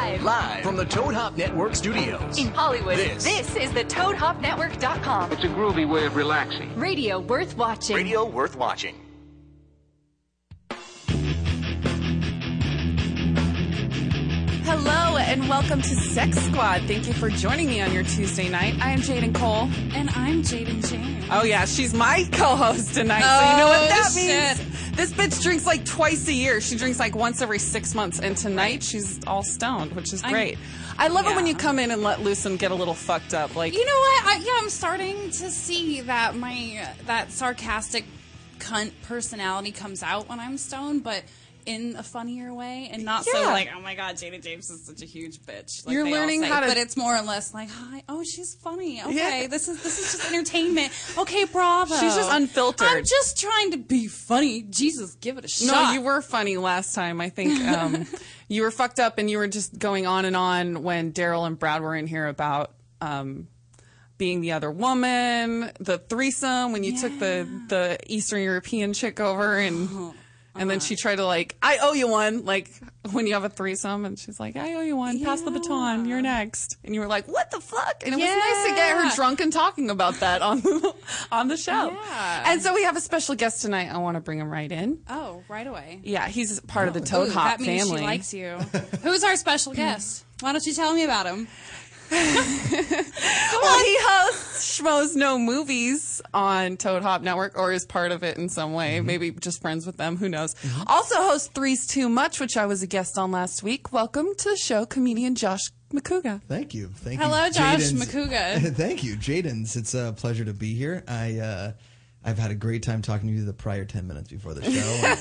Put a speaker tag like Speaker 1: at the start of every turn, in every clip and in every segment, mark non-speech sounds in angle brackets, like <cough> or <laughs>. Speaker 1: Live from the Toad Hop Network studios.
Speaker 2: In Hollywood,
Speaker 1: This.
Speaker 2: this, is the ToadHopNetwork.com.
Speaker 3: It's a groovy way of relaxing.
Speaker 2: Radio worth watching.
Speaker 1: Radio worth watching.
Speaker 4: Hello and welcome to Sex Squad. Thank you for joining me on your Tuesday night. I am Jaden Cole.
Speaker 5: And I'm Jaden James.
Speaker 4: Oh yeah, she's my co-host tonight. so you know what
Speaker 5: Oh,
Speaker 4: that
Speaker 5: shit.
Speaker 4: means. This bitch drinks like twice a year. She drinks like once every six months, and tonight she's all stoned, which is great. I love it when you come in and let loose and get a little fucked up. Like
Speaker 5: You know what? I, yeah, I'm starting to see that my that sarcastic cunt personality comes out when I'm stoned, but in a funnier way, and not so
Speaker 4: Yeah.
Speaker 5: like, oh my god, Jada James is such a huge bitch. Like
Speaker 4: You're
Speaker 5: they all
Speaker 4: learning
Speaker 5: say.
Speaker 4: how to-
Speaker 5: but it's more or less like, hi, oh she's funny. Okay,
Speaker 4: Yeah.
Speaker 5: this is this is just entertainment. Okay, bravo.
Speaker 4: She's just unfiltered.
Speaker 5: I'm just trying to be funny. Jesus, give it a
Speaker 4: no,
Speaker 5: shot.
Speaker 4: you were funny last time. I think um,
Speaker 5: <laughs>
Speaker 4: you were fucked up, and you were just going on and on when Daryl and Brad were in here about. Um, being the other woman, the threesome when you took the the Eastern European chick over and
Speaker 5: Oh,
Speaker 4: and then she tried to like I owe you one like <laughs> when you have a threesome and she's like I owe you one pass the baton you're next and you were like what the fuck and it was nice to get her
Speaker 5: Yeah.
Speaker 4: drunk and talking about that on the, <laughs> on the show
Speaker 5: Yeah.
Speaker 4: and so we have a special guest tonight I want to bring him right in
Speaker 5: Oh, right away.
Speaker 4: yeah he's part of the Toad
Speaker 5: Oh, Ooh,
Speaker 4: Hop
Speaker 5: that means
Speaker 4: family
Speaker 5: She
Speaker 4: <laughs>
Speaker 5: likes you. Who's our special guest? Why don't you tell me about him?
Speaker 4: Oh, Well, he hosts Schmoes No Movies on Toad Hop Network or is part of it in some way. Maybe just friends with them. Who knows? Also hosts Three's Too Much, which I was a guest on last week. Welcome to the show, comedian Josh McCouga.
Speaker 6: Thank you. Thank you.
Speaker 5: Hello, Josh
Speaker 6: Jaden's-
Speaker 5: McCouga.
Speaker 6: <laughs> Thank you, Jaden's. It's a pleasure to be here. I uh, I've had a great time talking to you the prior ten minutes
Speaker 5: <laughs>
Speaker 6: before the show.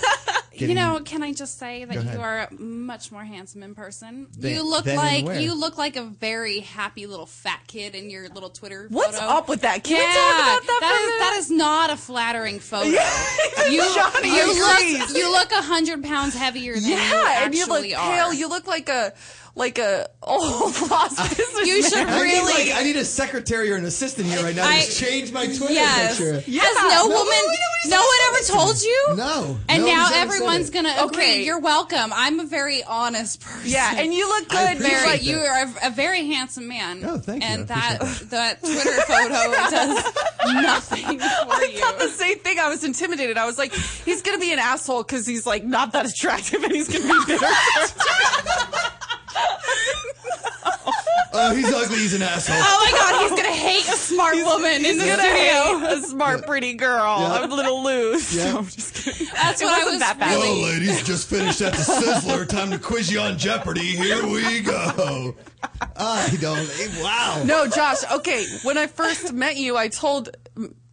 Speaker 5: You know, can I just say that
Speaker 6: Go ahead.
Speaker 5: you are much more handsome in person?
Speaker 6: Than-
Speaker 5: you look
Speaker 6: than in
Speaker 5: like
Speaker 6: where?
Speaker 5: you look like a very happy little fat kid in your little Twitter.
Speaker 4: What's
Speaker 5: photo.
Speaker 4: up with that? Can
Speaker 5: yeah,
Speaker 4: we talk about that,
Speaker 5: that
Speaker 4: for a
Speaker 5: is
Speaker 4: minute?
Speaker 5: that is not a flattering
Speaker 4: <laughs>
Speaker 5: photo.
Speaker 4: you, Johnny
Speaker 5: You
Speaker 4: agrees.
Speaker 5: look you look a hundred pounds heavier than you
Speaker 4: yeah, and you look
Speaker 5: actually
Speaker 4: pale.
Speaker 5: are.
Speaker 4: You look like a like a old <laughs> lost businessman.
Speaker 5: Uh, You
Speaker 4: <laughs>
Speaker 5: should
Speaker 6: I
Speaker 5: really-
Speaker 6: need, like, I need a secretary or an assistant here right now
Speaker 5: I-
Speaker 6: to just change my Twitter
Speaker 5: Yes.
Speaker 6: picture.
Speaker 5: Has no,
Speaker 6: No,
Speaker 5: woman,
Speaker 6: nobody's
Speaker 5: no
Speaker 6: ever
Speaker 5: one
Speaker 6: said
Speaker 5: ever
Speaker 6: it to
Speaker 5: told
Speaker 6: me.
Speaker 5: you?
Speaker 6: No.
Speaker 5: And
Speaker 6: Nobody's
Speaker 5: now
Speaker 6: ever said
Speaker 5: everyone's
Speaker 6: it.
Speaker 5: going to agree.
Speaker 4: Okay.
Speaker 5: You're welcome. I'm a very honest person.
Speaker 4: Yeah, and you look
Speaker 6: I
Speaker 4: good.
Speaker 6: appreciate
Speaker 4: You're
Speaker 5: Very,
Speaker 4: like,
Speaker 6: that.
Speaker 5: you are a, a very handsome man.
Speaker 6: Oh, thank you. I
Speaker 5: And that
Speaker 6: appreciate
Speaker 5: that Twitter photo <laughs> does nothing
Speaker 4: <laughs>
Speaker 5: for
Speaker 4: I
Speaker 5: you.
Speaker 4: thought the same thing. I was intimidated. I was like, he's gonna be an asshole because he's like not that attractive and he's gonna <laughs> be bitter.
Speaker 6: Oh, he's ugly. He's an asshole.
Speaker 5: oh my god, he's gonna hate a smart woman in the
Speaker 4: He's gonna
Speaker 5: studio.
Speaker 4: <laughs> hate a smart, pretty girl.
Speaker 6: Yeah.
Speaker 4: I'm a little loose.
Speaker 6: Yeah.
Speaker 4: No, <laughs> I'm just kidding.
Speaker 5: That's
Speaker 4: It
Speaker 5: what I
Speaker 4: wasn't
Speaker 5: was
Speaker 4: that bad.
Speaker 5: <laughs> really-
Speaker 6: ladies, just finished at the Sizzler. Time to quiz you on Jeopardy. Here we go. I don't. Wow.
Speaker 4: No, Josh. Okay, when I first met you, I told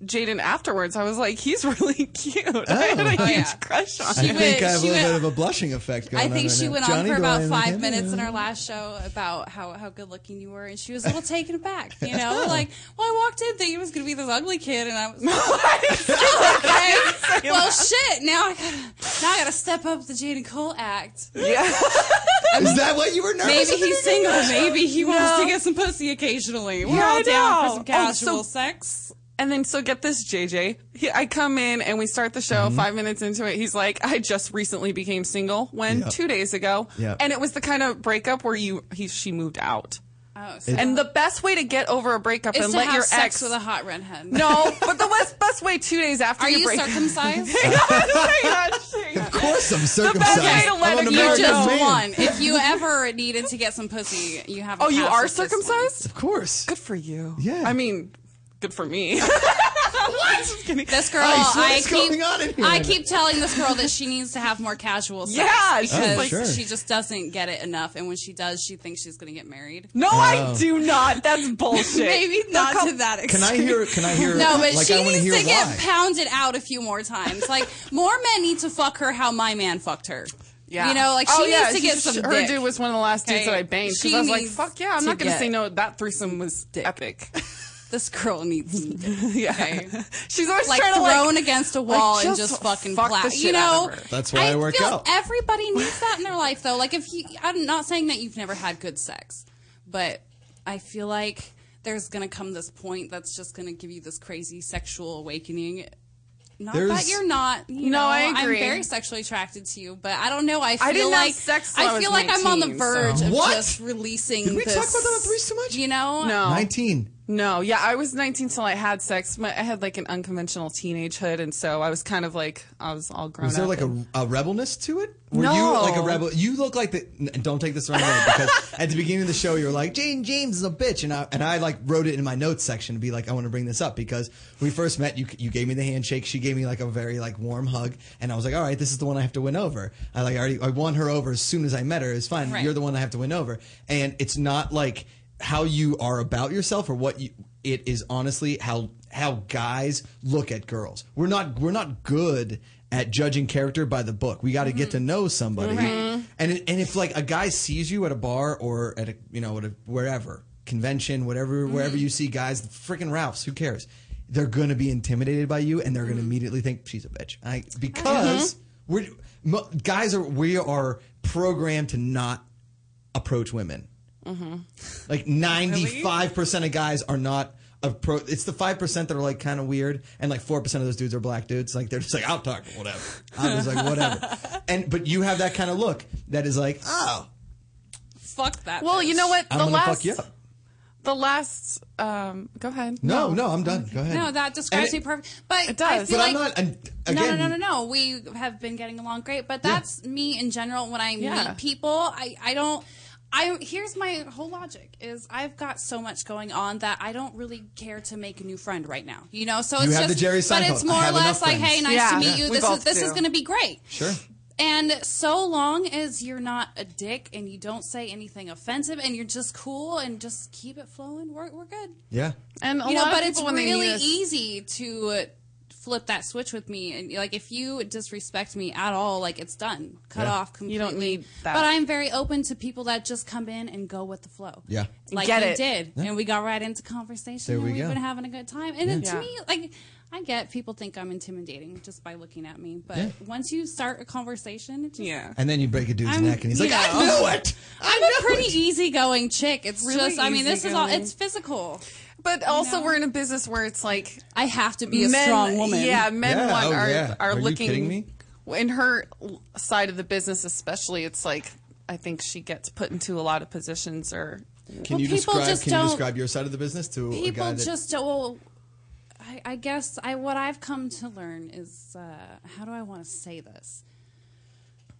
Speaker 4: Jaden afterwards. I was like, he's really <laughs> cute. I had a huge
Speaker 6: Oh,
Speaker 5: yeah.
Speaker 4: crush on
Speaker 6: I
Speaker 4: him.
Speaker 5: went-
Speaker 6: think I have a
Speaker 5: she
Speaker 6: little
Speaker 5: went-
Speaker 6: bit of a blushing effect going
Speaker 5: I
Speaker 6: on.
Speaker 5: think
Speaker 6: right
Speaker 5: she
Speaker 6: now.
Speaker 5: went
Speaker 6: Johnny,
Speaker 5: on for
Speaker 6: do I
Speaker 5: about
Speaker 6: look
Speaker 5: five
Speaker 6: in?
Speaker 5: minutes in our last show about how, how good looking you were, and she
Speaker 6: <laughs>
Speaker 5: was a little taken aback. You know, like, well, I walked in thinking it was going to be this ugly kid, and
Speaker 6: <laughs>
Speaker 5: I was like, okay, well, shit. Now I gotta now I gotta step up the Jada Cole act.
Speaker 4: <laughs> Yeah.
Speaker 6: Is that what you were nervous?
Speaker 5: Maybe
Speaker 6: about?
Speaker 4: <laughs>
Speaker 5: he's single. Maybe he wants
Speaker 4: No.
Speaker 5: to get some pussy occasionally. We're
Speaker 4: Yeah, I
Speaker 5: all down
Speaker 4: know.
Speaker 5: for some
Speaker 4: Oh, so-
Speaker 5: casual sex.
Speaker 4: And then, so get this, JJ. He, I come in and we start the show.
Speaker 6: Mm-hmm.
Speaker 4: Five minutes into it, he's like, "I just recently became single. When
Speaker 6: Yep.
Speaker 4: two days ago,
Speaker 6: Yep.
Speaker 4: and it was the kind of breakup where you he she moved out.
Speaker 5: Oh, so
Speaker 4: And the best way to get over a breakup
Speaker 5: it's
Speaker 4: and
Speaker 5: to
Speaker 4: let
Speaker 5: have
Speaker 4: your
Speaker 5: sex
Speaker 4: ex <laughs>
Speaker 5: with a hot redhead. <laughs>
Speaker 4: no, but the best, best way two days after
Speaker 5: Are
Speaker 4: you
Speaker 5: you
Speaker 4: break <laughs>
Speaker 5: circumcised? <laughs>
Speaker 6: Of course, I'm
Speaker 4: best
Speaker 6: circumcised.
Speaker 4: way to let
Speaker 6: I'm
Speaker 4: it
Speaker 6: an
Speaker 4: go.
Speaker 5: You
Speaker 6: American
Speaker 5: just
Speaker 6: man.
Speaker 5: won. If you ever needed to get some pussy, you have. A
Speaker 4: oh, you
Speaker 5: pass
Speaker 4: are
Speaker 5: with this
Speaker 4: circumcised.
Speaker 6: Of course.
Speaker 4: Good for you.
Speaker 6: Yeah.
Speaker 4: I mean, good for me. <laughs> what? Just kidding.
Speaker 5: one. This girl,
Speaker 6: Ice,
Speaker 5: I
Speaker 6: what's
Speaker 5: keep,
Speaker 6: going on in here?
Speaker 5: I keep telling this girl that she needs to have more casual sex
Speaker 4: Yeah, she's
Speaker 5: because
Speaker 6: like- Sure.
Speaker 5: she just doesn't get it enough, and when she does, she thinks she's going to get married.
Speaker 4: no, I do not.
Speaker 5: <laughs>
Speaker 4: That's bullshit.
Speaker 5: Maybe
Speaker 4: They'll
Speaker 5: not
Speaker 4: come-
Speaker 5: to that
Speaker 6: Can
Speaker 5: extent.
Speaker 6: I hear? Can I hear?
Speaker 5: No, but
Speaker 6: like,
Speaker 5: she
Speaker 6: I wanna
Speaker 5: needs
Speaker 6: hear
Speaker 5: to get
Speaker 6: why.
Speaker 5: pounded out a few more times. Like more men need to fuck her how my man fucked her.
Speaker 4: Yeah.
Speaker 5: you know, like she
Speaker 4: Oh,
Speaker 5: needs
Speaker 4: yeah,
Speaker 5: to get
Speaker 4: she-
Speaker 5: some.
Speaker 4: Her
Speaker 5: dick.
Speaker 4: dude was one of the last dudes
Speaker 5: Okay.
Speaker 4: that I banged because
Speaker 5: She
Speaker 4: I was like,
Speaker 5: needs
Speaker 4: "Fuck yeah, I'm
Speaker 5: to
Speaker 4: not going to
Speaker 5: get
Speaker 4: say no. That threesome was epic." <laughs>
Speaker 5: This girl needs some dick.
Speaker 4: yeah,
Speaker 5: Okay.
Speaker 4: <laughs> she's always
Speaker 5: like
Speaker 4: trying to
Speaker 5: thrown
Speaker 4: like,
Speaker 5: against a wall
Speaker 4: like,
Speaker 5: and
Speaker 4: just
Speaker 5: just fucking
Speaker 4: fuck the
Speaker 5: clap.
Speaker 4: shit out
Speaker 5: You know,
Speaker 4: of her.
Speaker 6: That's why I work
Speaker 5: feel
Speaker 6: out.
Speaker 5: Everybody needs that in their life, though. Like if you, I'm not saying that you've never had good sex, but I feel like there's gonna come this point that's just gonna give you this crazy sexual awakening. Not
Speaker 6: There's-
Speaker 5: that you're not. You
Speaker 4: No,
Speaker 5: know,
Speaker 4: I agree.
Speaker 5: I'm very sexually attracted to you, but I don't know. I feel
Speaker 4: I didn't have
Speaker 5: like
Speaker 4: sex till I
Speaker 5: I
Speaker 4: was
Speaker 5: feel like I'm on the
Speaker 4: 19,
Speaker 5: verge
Speaker 6: so-
Speaker 5: of
Speaker 6: What?
Speaker 5: just releasing.
Speaker 6: Did we talk
Speaker 5: this,
Speaker 6: about that on Threes Too Much?
Speaker 5: You know,
Speaker 4: No.
Speaker 6: Nineteen.
Speaker 4: No, yeah, I was 19 till I had sex. My, I had like an unconventional teenagehood, and so I was kind of like I was all grown
Speaker 6: Was there
Speaker 4: up.
Speaker 6: like a, a rebelness to it? Were you
Speaker 4: No.
Speaker 6: like a rebel? You look like the. n- Don't take this the wrong way because <laughs> at the beginning of the show you were like Jane James is a bitch, and I and I like wrote it in my notes section to be like I want to bring this up because when we first met you you gave me the handshake, she gave me like a very like warm hug, and I was like all right this is the one I have to win over. I like already I won her over as soon as I met her. It's fine.
Speaker 5: Right.
Speaker 6: You're the one I have to win over, and it's not like how you are about yourself or what you. It is honestly how how guys look at girls. We're not we're not good at judging character by the book. We got to get to know somebody. And and if like a guy sees you at a bar or at a you know at a, wherever convention whatever wherever you see guys freaking Ralphs who cares? They're going to be intimidated by you and they're going to immediately think she's a bitch. I, because we're mo- guys are we are programmed to not approach women. Like ninety five percent of guys are not appro. It's the five percent that are like kind of weird, and like four percent of those dudes are black dudes. Like they're just like I'll talk whatever. I was
Speaker 5: <laughs>
Speaker 6: like whatever, and but you have that kind of look that is like oh
Speaker 5: fuck that.
Speaker 4: well,
Speaker 5: bitch.
Speaker 4: you know what?
Speaker 6: I'm
Speaker 4: the
Speaker 6: gonna
Speaker 4: last,
Speaker 6: fuck you up.
Speaker 4: the last. Um, go ahead.
Speaker 6: No, no, I'm done. Go ahead.
Speaker 5: No, that describes
Speaker 6: And it-
Speaker 5: me perfect. But
Speaker 4: It does.
Speaker 5: I feel
Speaker 6: But I'm
Speaker 5: like,
Speaker 6: not. And again,
Speaker 5: no, no, no, no, no. We have been getting along great, but that's me in general. When I
Speaker 4: Yeah.
Speaker 5: meet people, I, I don't. I here's my whole logic is I've got so much going on that I don't really care to make a new friend right now. You know, so
Speaker 6: You
Speaker 5: it's
Speaker 6: have the
Speaker 5: just
Speaker 6: Jerry
Speaker 5: but
Speaker 6: Seinfeld,
Speaker 5: it's
Speaker 6: I
Speaker 5: more or
Speaker 6: have
Speaker 5: less
Speaker 6: enough
Speaker 5: like, hey,
Speaker 6: friends.
Speaker 5: nice
Speaker 4: Yeah.
Speaker 5: to meet
Speaker 4: Yeah.
Speaker 5: you.
Speaker 4: We
Speaker 5: This
Speaker 4: both
Speaker 5: is this is
Speaker 4: do.
Speaker 5: going to be great.
Speaker 6: Sure.
Speaker 5: And so long as you're not a dick and you don't say anything offensive and you're just cool and just keep it flowing, we're we're good
Speaker 6: Yeah.
Speaker 4: And a lot
Speaker 5: you know,
Speaker 4: of
Speaker 5: but
Speaker 4: people
Speaker 5: it's
Speaker 4: when they
Speaker 5: really
Speaker 4: meet us-
Speaker 5: easy to uh, flip that switch with me. And like, if you disrespect me at all, like it's done, cut
Speaker 6: Yeah.
Speaker 5: off completely.
Speaker 4: don't need that.
Speaker 5: But I'm very open to people that just come in and go with the flow.
Speaker 6: Yeah.
Speaker 5: like
Speaker 4: Get
Speaker 5: you
Speaker 4: it.
Speaker 5: did, and we got right into conversation.
Speaker 6: There
Speaker 5: and
Speaker 6: we
Speaker 5: we have
Speaker 6: go.
Speaker 5: been having a good time. And then to
Speaker 4: Yeah.
Speaker 5: me, like. I get people think I'm intimidating just by looking at me, but
Speaker 6: Yeah.
Speaker 5: once you start a conversation, it's just,
Speaker 4: Yeah.
Speaker 6: And then you break a dude's
Speaker 5: I'm-
Speaker 6: neck, and he's like,
Speaker 5: you
Speaker 6: "I
Speaker 5: know.
Speaker 6: knew it." I
Speaker 5: I'm
Speaker 6: knew
Speaker 5: a pretty
Speaker 6: it."
Speaker 5: easygoing chick. It's
Speaker 4: Really
Speaker 5: just, I mean, this is all,
Speaker 4: easygoing.
Speaker 5: it's physical.
Speaker 4: But also,
Speaker 5: know?
Speaker 4: we're in a business where it's like
Speaker 5: I have to be a strong woman.
Speaker 4: Yeah, men
Speaker 6: Yeah,
Speaker 4: want
Speaker 6: oh,
Speaker 4: are
Speaker 6: yeah.
Speaker 4: are,
Speaker 6: Are you
Speaker 4: looking.
Speaker 6: kidding me?
Speaker 4: In her l- side of the business, especially, it's like I think she gets put into a lot of positions or.
Speaker 6: Can
Speaker 5: Well,
Speaker 6: you
Speaker 5: people
Speaker 6: describe?
Speaker 5: just
Speaker 6: Can you
Speaker 5: don't-
Speaker 6: describe your side of the business to a guy
Speaker 5: people
Speaker 6: that-
Speaker 5: just don't. Well, I, I guess I what I've come to learn is uh, how do I want to say this?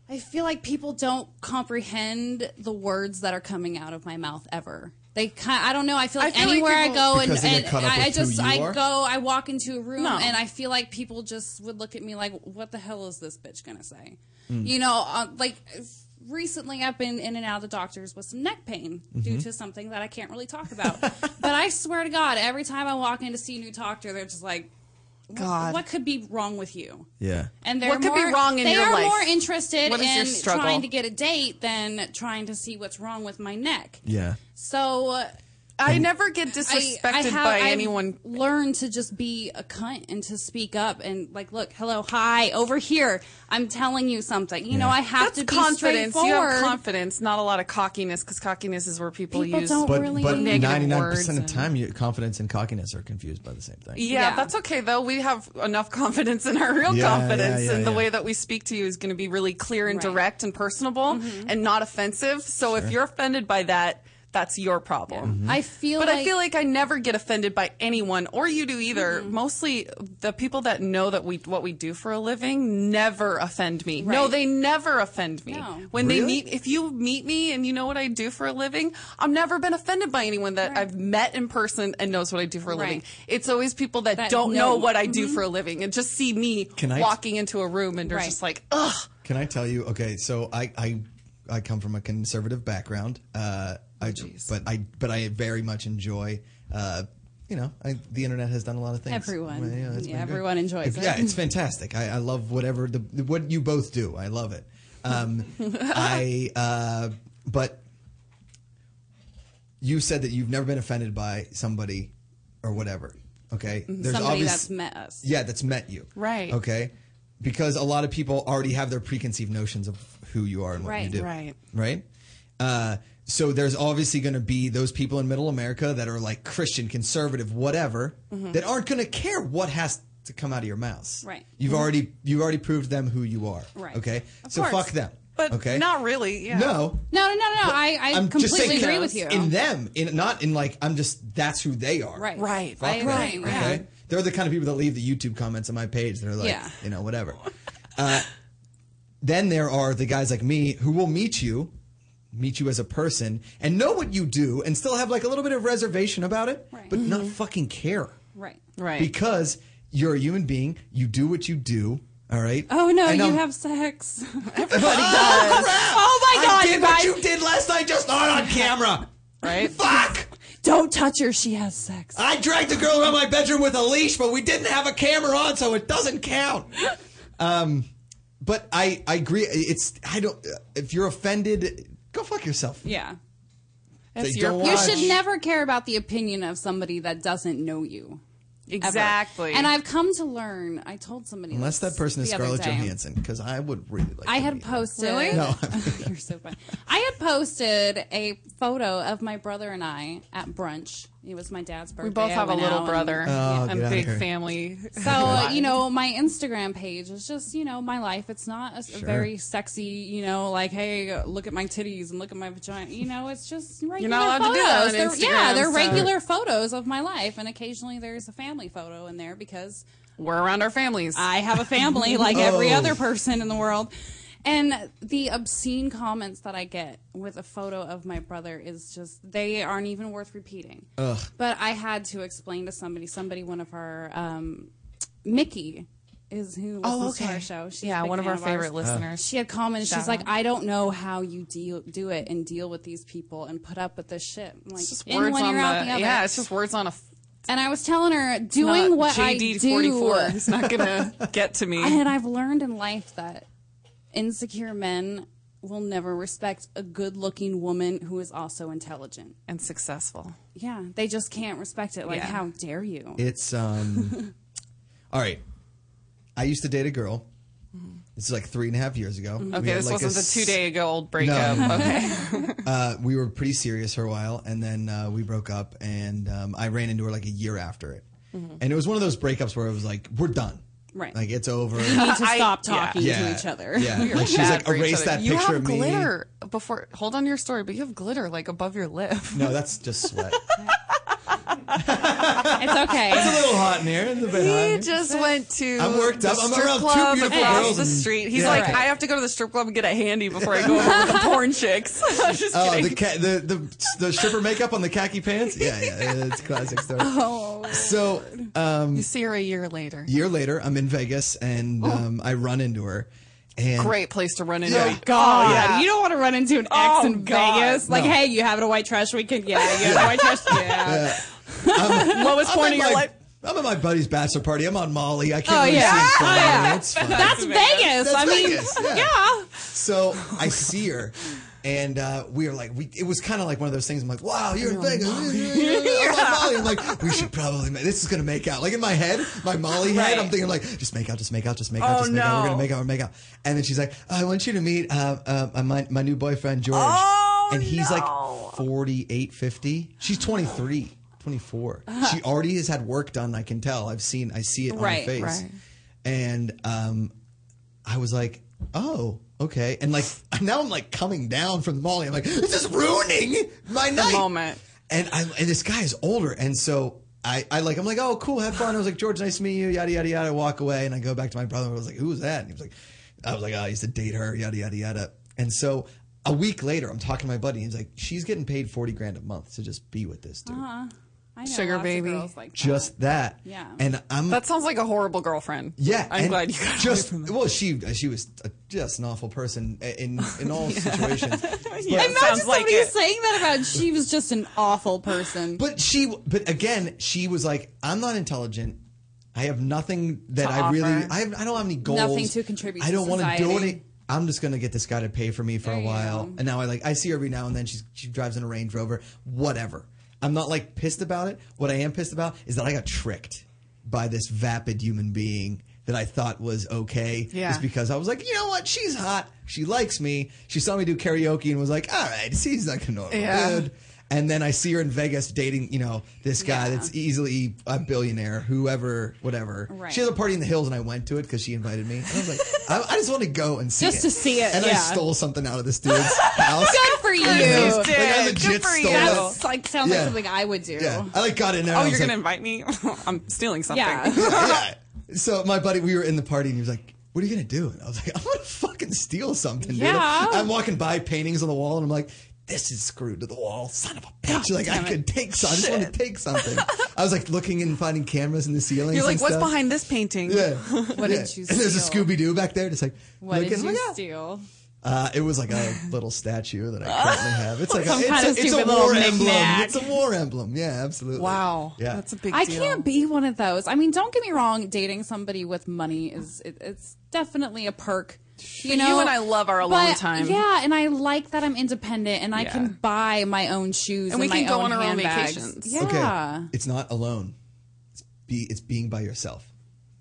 Speaker 5: I feel like people don't comprehend the words that are coming out of my mouth ever. They kind I don't know. I feel
Speaker 4: I
Speaker 5: like
Speaker 4: feel like
Speaker 5: anywhere
Speaker 4: people-
Speaker 5: I go and,
Speaker 6: Because they get
Speaker 5: and
Speaker 6: caught up
Speaker 5: I, I
Speaker 6: with who
Speaker 5: just
Speaker 6: you
Speaker 5: I
Speaker 6: are?
Speaker 5: go oh, I walk into a room
Speaker 4: No.
Speaker 5: and I feel like people just would look at me like, what the hell is this bitch gonna say?
Speaker 6: Hmm.
Speaker 5: You know, uh, like recently I've been in and out of the doctors with some neck pain
Speaker 6: Mm-hmm.
Speaker 5: due to something that I can't really talk about. <laughs> but I swear to God, every time I walk in to see a new doctor, they're just like, what,
Speaker 4: God.
Speaker 5: what could be wrong with you?
Speaker 6: Yeah.
Speaker 5: And they're
Speaker 4: What could be
Speaker 5: more-
Speaker 4: wrong in
Speaker 5: they
Speaker 4: your
Speaker 5: are
Speaker 4: life?
Speaker 5: more interested
Speaker 4: What is your
Speaker 5: in
Speaker 4: struggle?
Speaker 5: trying to get a date than trying to see what's wrong with my neck.
Speaker 6: Yeah.
Speaker 5: So uh,
Speaker 4: I never get
Speaker 5: I,
Speaker 4: disrespected
Speaker 5: I have
Speaker 4: by
Speaker 5: I've
Speaker 4: anyone.
Speaker 5: learned to just be a cunt and to speak up and like, look, hello, hi, over here. I'm telling you something. You know, I have
Speaker 4: That's
Speaker 5: to be
Speaker 4: confidence. You
Speaker 5: straightforward.
Speaker 4: have confidence, not a lot of cockiness, because cockiness is where people,
Speaker 5: People
Speaker 4: use.
Speaker 5: don't
Speaker 6: But
Speaker 5: really
Speaker 6: but
Speaker 4: negative
Speaker 6: ninety nine
Speaker 4: words
Speaker 6: percent of
Speaker 4: and-
Speaker 6: the time, you, confidence and cockiness are confused by the same thing.
Speaker 4: Yeah,
Speaker 5: Yeah.
Speaker 4: that's okay though. We have enough <laughs> confidence in our real
Speaker 6: Yeah,
Speaker 4: confidence,
Speaker 6: yeah, yeah,
Speaker 4: and the
Speaker 6: yeah.
Speaker 4: way that we speak to you is going to be really clear and
Speaker 5: Right. Mm-hmm.
Speaker 4: direct and personable and not offensive. So if you're offended by that, that's your problem.
Speaker 5: I feel
Speaker 4: But
Speaker 5: like,
Speaker 4: I feel like I never get offended by anyone, or you do either. Mostly the people that know that we what we do for a living never offend me. No,
Speaker 5: Right.
Speaker 4: they never offend me.
Speaker 5: No.
Speaker 4: When they
Speaker 6: Really?
Speaker 4: meet, if you meet me and you know what I do for a living, I've never been offended by anyone that I've met in person and knows what I do for a
Speaker 5: Right.
Speaker 4: living. It's always people that,
Speaker 5: That
Speaker 4: don't know Mm-hmm.
Speaker 5: know.
Speaker 4: what I do for a living and just see me
Speaker 6: Can I-
Speaker 4: walking into a room and they're
Speaker 5: Right.
Speaker 4: just like, ugh.
Speaker 6: Can I tell you? Okay, so I I, I come from a conservative background. Uh,
Speaker 5: Oh,
Speaker 6: I, but I but I very much enjoy. Uh, you know, I, the internet has done a lot of things.
Speaker 5: Everyone.
Speaker 6: it's been
Speaker 5: Yeah,
Speaker 6: good.
Speaker 5: everyone enjoys
Speaker 6: If-
Speaker 5: it.
Speaker 6: Yeah, it's fantastic. I, I love whatever the what you both do. I love it.
Speaker 5: <laughs>
Speaker 6: Um, I uh, but you said that you've never been offended by somebody or whatever. Okay, there's
Speaker 5: Mm-hmm. somebody
Speaker 6: obvious-
Speaker 5: that's met us.
Speaker 6: yeah, that's met you.
Speaker 4: Right.
Speaker 6: Okay. Because a lot of people already have their preconceived notions of who you are and what you
Speaker 5: Right.
Speaker 6: do.
Speaker 4: Right.
Speaker 6: Right. Uh, so there's obviously going to be those people in middle America that are like Christian, conservative, whatever, that aren't going to care what has to come out of your mouth.
Speaker 5: Mm-hmm. Right. Mm-hmm.
Speaker 6: You've already you've already proved them who you are.
Speaker 5: Right.
Speaker 6: Okay.
Speaker 5: Of
Speaker 6: so
Speaker 5: course.
Speaker 6: fuck them.
Speaker 4: But
Speaker 6: okay.
Speaker 4: not really. Yeah.
Speaker 6: No.
Speaker 5: No, no, no, no. I, I
Speaker 6: I'm just
Speaker 5: completely
Speaker 6: saying
Speaker 5: agree with you.
Speaker 6: in them, in not in like I'm just that's who they are.
Speaker 5: right.
Speaker 4: Right.
Speaker 5: I
Speaker 6: Fuck them,
Speaker 5: agree.
Speaker 6: Okay.
Speaker 5: Yeah.
Speaker 6: They're the kind of people that leave the YouTube comments on my page. They're like,
Speaker 5: Yeah.
Speaker 6: you know, whatever. Uh, then there are the guys like me who will meet you, meet you as a person, and know what you do, and still have like a little bit of reservation about it,
Speaker 5: Right. Mm-hmm.
Speaker 6: but not fucking care.
Speaker 5: Right.
Speaker 4: Right.
Speaker 6: Because you're a human being, you do what you do. All right.
Speaker 5: Oh no,
Speaker 6: And
Speaker 5: you
Speaker 6: I'm- <laughs>
Speaker 5: have sex.
Speaker 6: Everybody does.
Speaker 5: Oh my God,
Speaker 6: I did
Speaker 5: you
Speaker 6: what
Speaker 5: guys.
Speaker 6: you did last night, just not
Speaker 5: <laughs>
Speaker 6: on camera.
Speaker 4: Right.
Speaker 6: Fuck!
Speaker 5: Don't touch her. She has sex.
Speaker 6: I dragged a girl around my bedroom with a leash, but we didn't have a camera on, so it doesn't count. Um, but I, I agree. It's I don't. If you're offended, go fuck yourself.
Speaker 5: yeah.
Speaker 4: That's
Speaker 6: They
Speaker 4: your
Speaker 6: don't
Speaker 5: You
Speaker 6: Watch.
Speaker 5: should never care about the opinion of somebody that doesn't know you. ever.
Speaker 4: Exactly.
Speaker 5: And I've come to learn. I told somebody
Speaker 6: Unless
Speaker 5: this
Speaker 6: that person is
Speaker 5: the other
Speaker 6: Scarlett
Speaker 5: day.
Speaker 6: Johansson, because I would really like.
Speaker 5: I
Speaker 6: to
Speaker 5: had
Speaker 6: meet her.
Speaker 5: posted.
Speaker 4: Really?
Speaker 5: No, <laughs> you're so funny. I had posted a photo of my brother and I at brunch. It was my dad's
Speaker 4: <laughs>
Speaker 5: birthday.
Speaker 4: we both
Speaker 5: I
Speaker 4: have a
Speaker 5: went out
Speaker 4: little
Speaker 5: and-
Speaker 4: brother
Speaker 6: Oh, get
Speaker 4: and
Speaker 6: outta
Speaker 4: big
Speaker 6: here.
Speaker 4: family.
Speaker 5: So uh, you know, my Instagram page is just you know my life. It's not a, s- a very sexy, you know, like hey, look at my titties and look at my vagina. You know, it's just regular
Speaker 4: not allowed to
Speaker 5: photos.
Speaker 4: do that on
Speaker 5: They're-
Speaker 4: Instagram,
Speaker 5: yeah, they're
Speaker 4: so-
Speaker 5: regular photos of my life, and occasionally there's a family photo in there because
Speaker 4: We're around our families.
Speaker 5: I have a family like every
Speaker 6: Oh.
Speaker 5: other person in the world. And the obscene comments that I get with a photo of my brother is just, they aren't even worth repeating. But I had to explain to somebody, somebody, one of our, um, Mickey is who listens to our show. She's a
Speaker 4: yeah,
Speaker 5: big
Speaker 4: one of
Speaker 5: fan
Speaker 4: our favorite
Speaker 5: ours.
Speaker 4: listeners.
Speaker 5: She had commented,
Speaker 4: Shout
Speaker 5: she's like,
Speaker 4: out.
Speaker 5: I don't know how you deal, do it and deal with these people and put up with this shit. I'm like,
Speaker 4: it's just
Speaker 5: in
Speaker 4: words
Speaker 5: one
Speaker 4: on
Speaker 5: ear, out
Speaker 4: the,
Speaker 5: the other.
Speaker 4: yeah. It's just words on a. f-
Speaker 5: and I was telling her, doing
Speaker 4: not
Speaker 5: what I
Speaker 4: JD
Speaker 5: do.
Speaker 4: 44 It's not <laughs> gonna get to me.
Speaker 5: And I've learned in life that insecure men will never respect a good looking woman who is also intelligent.
Speaker 4: and successful.
Speaker 5: Yeah, they just can't respect it. Like,
Speaker 4: Yeah.
Speaker 5: how dare you?
Speaker 6: It's
Speaker 5: <laughs>
Speaker 6: um. all right. I used to date a girl. This is like three and a half years
Speaker 5: Mm-hmm.
Speaker 6: ago. We
Speaker 4: Okay,
Speaker 6: had
Speaker 4: this
Speaker 6: like a
Speaker 4: wasn't the
Speaker 6: s-
Speaker 4: two day ago old breakup.
Speaker 6: no, no. <laughs>
Speaker 4: Okay,
Speaker 6: uh, we were pretty serious for a while, and then uh, we broke up, and um, I ran into her like a year after it,
Speaker 4: Mm-hmm.
Speaker 6: and it was one of those breakups where it was like, "We're done,
Speaker 5: Right.
Speaker 6: Like
Speaker 4: <laughs>
Speaker 6: it's over."
Speaker 5: We need to
Speaker 4: I-
Speaker 5: stop
Speaker 4: yeah.
Speaker 5: talking
Speaker 6: Yeah.
Speaker 5: to each other.
Speaker 6: Yeah, like she's
Speaker 4: Bad
Speaker 6: like,
Speaker 4: for each
Speaker 6: "Erase
Speaker 4: other.
Speaker 6: that
Speaker 4: You
Speaker 6: picture
Speaker 4: have
Speaker 6: of me."
Speaker 4: glitter before. Hold on to your story, but you have glitter like above your lip.
Speaker 6: No, that's just
Speaker 4: <laughs>
Speaker 6: sweat.
Speaker 5: <laughs> It's okay.
Speaker 6: a little hot in here. It's a
Speaker 4: <laughs>
Speaker 6: bit hot.
Speaker 4: He
Speaker 6: in here.
Speaker 4: just went to.
Speaker 6: I'm worked up.
Speaker 4: the
Speaker 6: I'm
Speaker 4: strip
Speaker 6: around two
Speaker 4: club
Speaker 6: beautiful
Speaker 4: across
Speaker 6: girls
Speaker 4: the
Speaker 6: and-
Speaker 4: street. He's
Speaker 6: Yeah.
Speaker 4: like,
Speaker 6: Right.
Speaker 4: I have to go to the strip club and get a handy before <laughs> I go over with the porn <laughs> chicks. I'm just
Speaker 6: Oh,
Speaker 4: kidding.
Speaker 6: the, ca- the the the stripper makeup on the khaki pants. Yeah, yeah, it's
Speaker 4: <laughs>
Speaker 6: classic story. Oh. So
Speaker 4: you see her a year later.
Speaker 6: year later, I'm in Vegas and um, I run into her. And
Speaker 4: Oh. Great place to run into.
Speaker 6: Yeah.
Speaker 4: it.
Speaker 5: God,
Speaker 4: Oh, yeah.
Speaker 5: you don't want to run into an ex
Speaker 4: Oh,
Speaker 5: in
Speaker 4: God.
Speaker 5: Vegas. Like,
Speaker 6: No.
Speaker 5: hey, you having a white trash weekend? Yeah, you having a white <laughs> trash. Yeah.
Speaker 4: lowest
Speaker 6: I'm
Speaker 4: point
Speaker 6: at
Speaker 4: of your
Speaker 6: my-
Speaker 4: life.
Speaker 6: I'm at my buddy's bachelor party. I'm on Molly. I can't really
Speaker 5: yeah.
Speaker 6: see
Speaker 5: Oh, <laughs>
Speaker 6: somebody.
Speaker 5: yeah.
Speaker 6: It's fine.
Speaker 5: That's Vegas.
Speaker 6: That's
Speaker 5: I mean,
Speaker 6: Vegas, yeah.
Speaker 5: yeah.
Speaker 6: So I see her, and uh, we were like, we, it was kind of like one of those things. I'm like, wow, <laughs> you're in Vegas. I'm, like, Molly. I'm like, we should probably. Make, this is gonna make out. Like in my head, my Molly head. I'm thinking like, just make out, just make out, just make out,
Speaker 4: Oh,
Speaker 6: just make out. We're
Speaker 4: no.
Speaker 6: gonna make out, we're gonna make out. And then she's like, "Oh, I want you to meet uh, uh, my my new boyfriend George.
Speaker 4: Oh,
Speaker 6: and he's
Speaker 4: no.
Speaker 6: like 48, 50. She's 23, 24. She already has had work done. I can tell. I've seen. I see it on her
Speaker 5: Right,
Speaker 6: face.
Speaker 4: right.
Speaker 6: And um, I was like, oh, okay. And like <laughs> now I'm like coming down from the mall. and I'm like, this is ruining my night.
Speaker 4: moment.
Speaker 6: And I and this guy is older, and so I, I like I'm like, oh, cool, have fun. I was like, George, nice to meet you. Yada yada yada. I walk away, and I go back to my brother. I was like, who was that? And he was like, I was like, oh, I used to date her. Yada yada yada. And so. A week later, I'm talking to my buddy. and He's like, "She's getting paid forty grand a month to just be with this dude,
Speaker 5: I know
Speaker 4: Sugar
Speaker 5: lots of
Speaker 4: baby.
Speaker 5: girls like that.
Speaker 6: just that."
Speaker 5: Yeah.
Speaker 6: And I'm
Speaker 4: That sounds like a horrible girlfriend.
Speaker 6: <laughs> yeah,
Speaker 4: I'm
Speaker 6: and
Speaker 4: glad you got
Speaker 6: just
Speaker 4: away from that.
Speaker 6: well. She she was uh just an awful person in
Speaker 4: <laughs>
Speaker 6: in all situations. But,
Speaker 4: Imagine
Speaker 5: Imagine
Speaker 4: sounds like
Speaker 5: somebody
Speaker 4: it.
Speaker 5: saying that about she was just an awful person.
Speaker 6: but she but again she was like, I'm not intelligent. I have nothing that
Speaker 4: To
Speaker 6: I really
Speaker 4: offer.
Speaker 6: I have, I don't have any goals.
Speaker 5: Nothing to contribute
Speaker 6: I
Speaker 5: to
Speaker 6: don't wanna do
Speaker 5: society.
Speaker 6: any. I'm just gonna get this guy to pay for me for
Speaker 5: There
Speaker 6: a
Speaker 5: you
Speaker 6: while,
Speaker 5: go.
Speaker 6: and now I like I see her every now and then. She's, she drives in a Range Rover, whatever. I'm not like pissed about it. What I am pissed about is that I got tricked by this vapid human being that I thought was okay,
Speaker 4: Yeah.
Speaker 6: just because I was like, you know what, she's hot, she likes me. She saw me do karaoke and was like, all right, she's like a normal
Speaker 4: Yeah.
Speaker 6: dude. And then I see her in Vegas dating, you know, this guy that's easily a billionaire, whoever, whatever.
Speaker 5: Right.
Speaker 6: She has a party in the hills, and I went to it because she invited me. And I was like, I, I just want to go and see
Speaker 7: Just
Speaker 6: it.
Speaker 7: to see it,
Speaker 6: And I
Speaker 7: yeah.
Speaker 6: stole something out of this dude's house.
Speaker 5: Good
Speaker 6: <laughs>
Speaker 5: for you.
Speaker 6: know?
Speaker 4: You
Speaker 6: Like, I
Speaker 4: did. Good
Speaker 6: legit
Speaker 4: for you.
Speaker 6: stole it.
Speaker 7: That's like sounds
Speaker 6: Yeah.
Speaker 7: like something I would do.
Speaker 6: Yeah, I like got in there.
Speaker 4: Oh,
Speaker 6: and I
Speaker 4: you're
Speaker 6: was
Speaker 4: going to
Speaker 6: like,
Speaker 4: invite me? <laughs> I'm stealing something.
Speaker 7: Yeah. <laughs>
Speaker 6: yeah. So my buddy, we were in the party, and he was like, "What are you gonna do?" And I was like, "I'm gonna fucking steal something."
Speaker 7: Yeah.
Speaker 6: Dude. I'm walking by paintings on the wall, and I'm like, "This is screwed to the wall, son of a bitch!" like I could take some. I just want to take something. I was like looking and finding cameras in the
Speaker 4: <laughs>
Speaker 6: ceiling.
Speaker 4: You're
Speaker 6: and
Speaker 4: like, what's
Speaker 6: stuff.
Speaker 4: behind this painting?
Speaker 7: <laughs>
Speaker 6: Yeah.
Speaker 7: What
Speaker 6: yeah.
Speaker 7: did you
Speaker 6: And there's a
Speaker 7: steal?
Speaker 6: Scooby Doo back there, just like
Speaker 7: What
Speaker 6: looking.
Speaker 7: did
Speaker 6: I'm
Speaker 7: you
Speaker 6: like, "Ah."
Speaker 7: steal?
Speaker 6: Uh, it was
Speaker 7: <laughs>
Speaker 6: like a little statue that I currently have. It's like
Speaker 7: Some
Speaker 6: a, it's
Speaker 7: kind
Speaker 6: a,
Speaker 7: of
Speaker 6: it's a
Speaker 7: stupid little
Speaker 6: war emblem.
Speaker 7: knick-knack.
Speaker 6: It's a war emblem. Yeah, absolutely.
Speaker 4: Wow.
Speaker 6: Yeah,
Speaker 4: That's a big
Speaker 5: I
Speaker 4: deal.
Speaker 5: can't be one of those. I mean, don't get me wrong. Dating somebody with money is it, it's definitely a perk. You know,
Speaker 4: You and I love our
Speaker 5: But,
Speaker 4: alone time.
Speaker 5: Yeah, and I like that I'm independent and I
Speaker 4: Yeah.
Speaker 5: can buy my own shoes
Speaker 4: And we
Speaker 5: my
Speaker 4: can go on
Speaker 5: own
Speaker 4: our own
Speaker 5: handbags.
Speaker 4: vacations.
Speaker 6: Okay.
Speaker 5: Yeah.
Speaker 6: It's not alone. It's be it's being by yourself.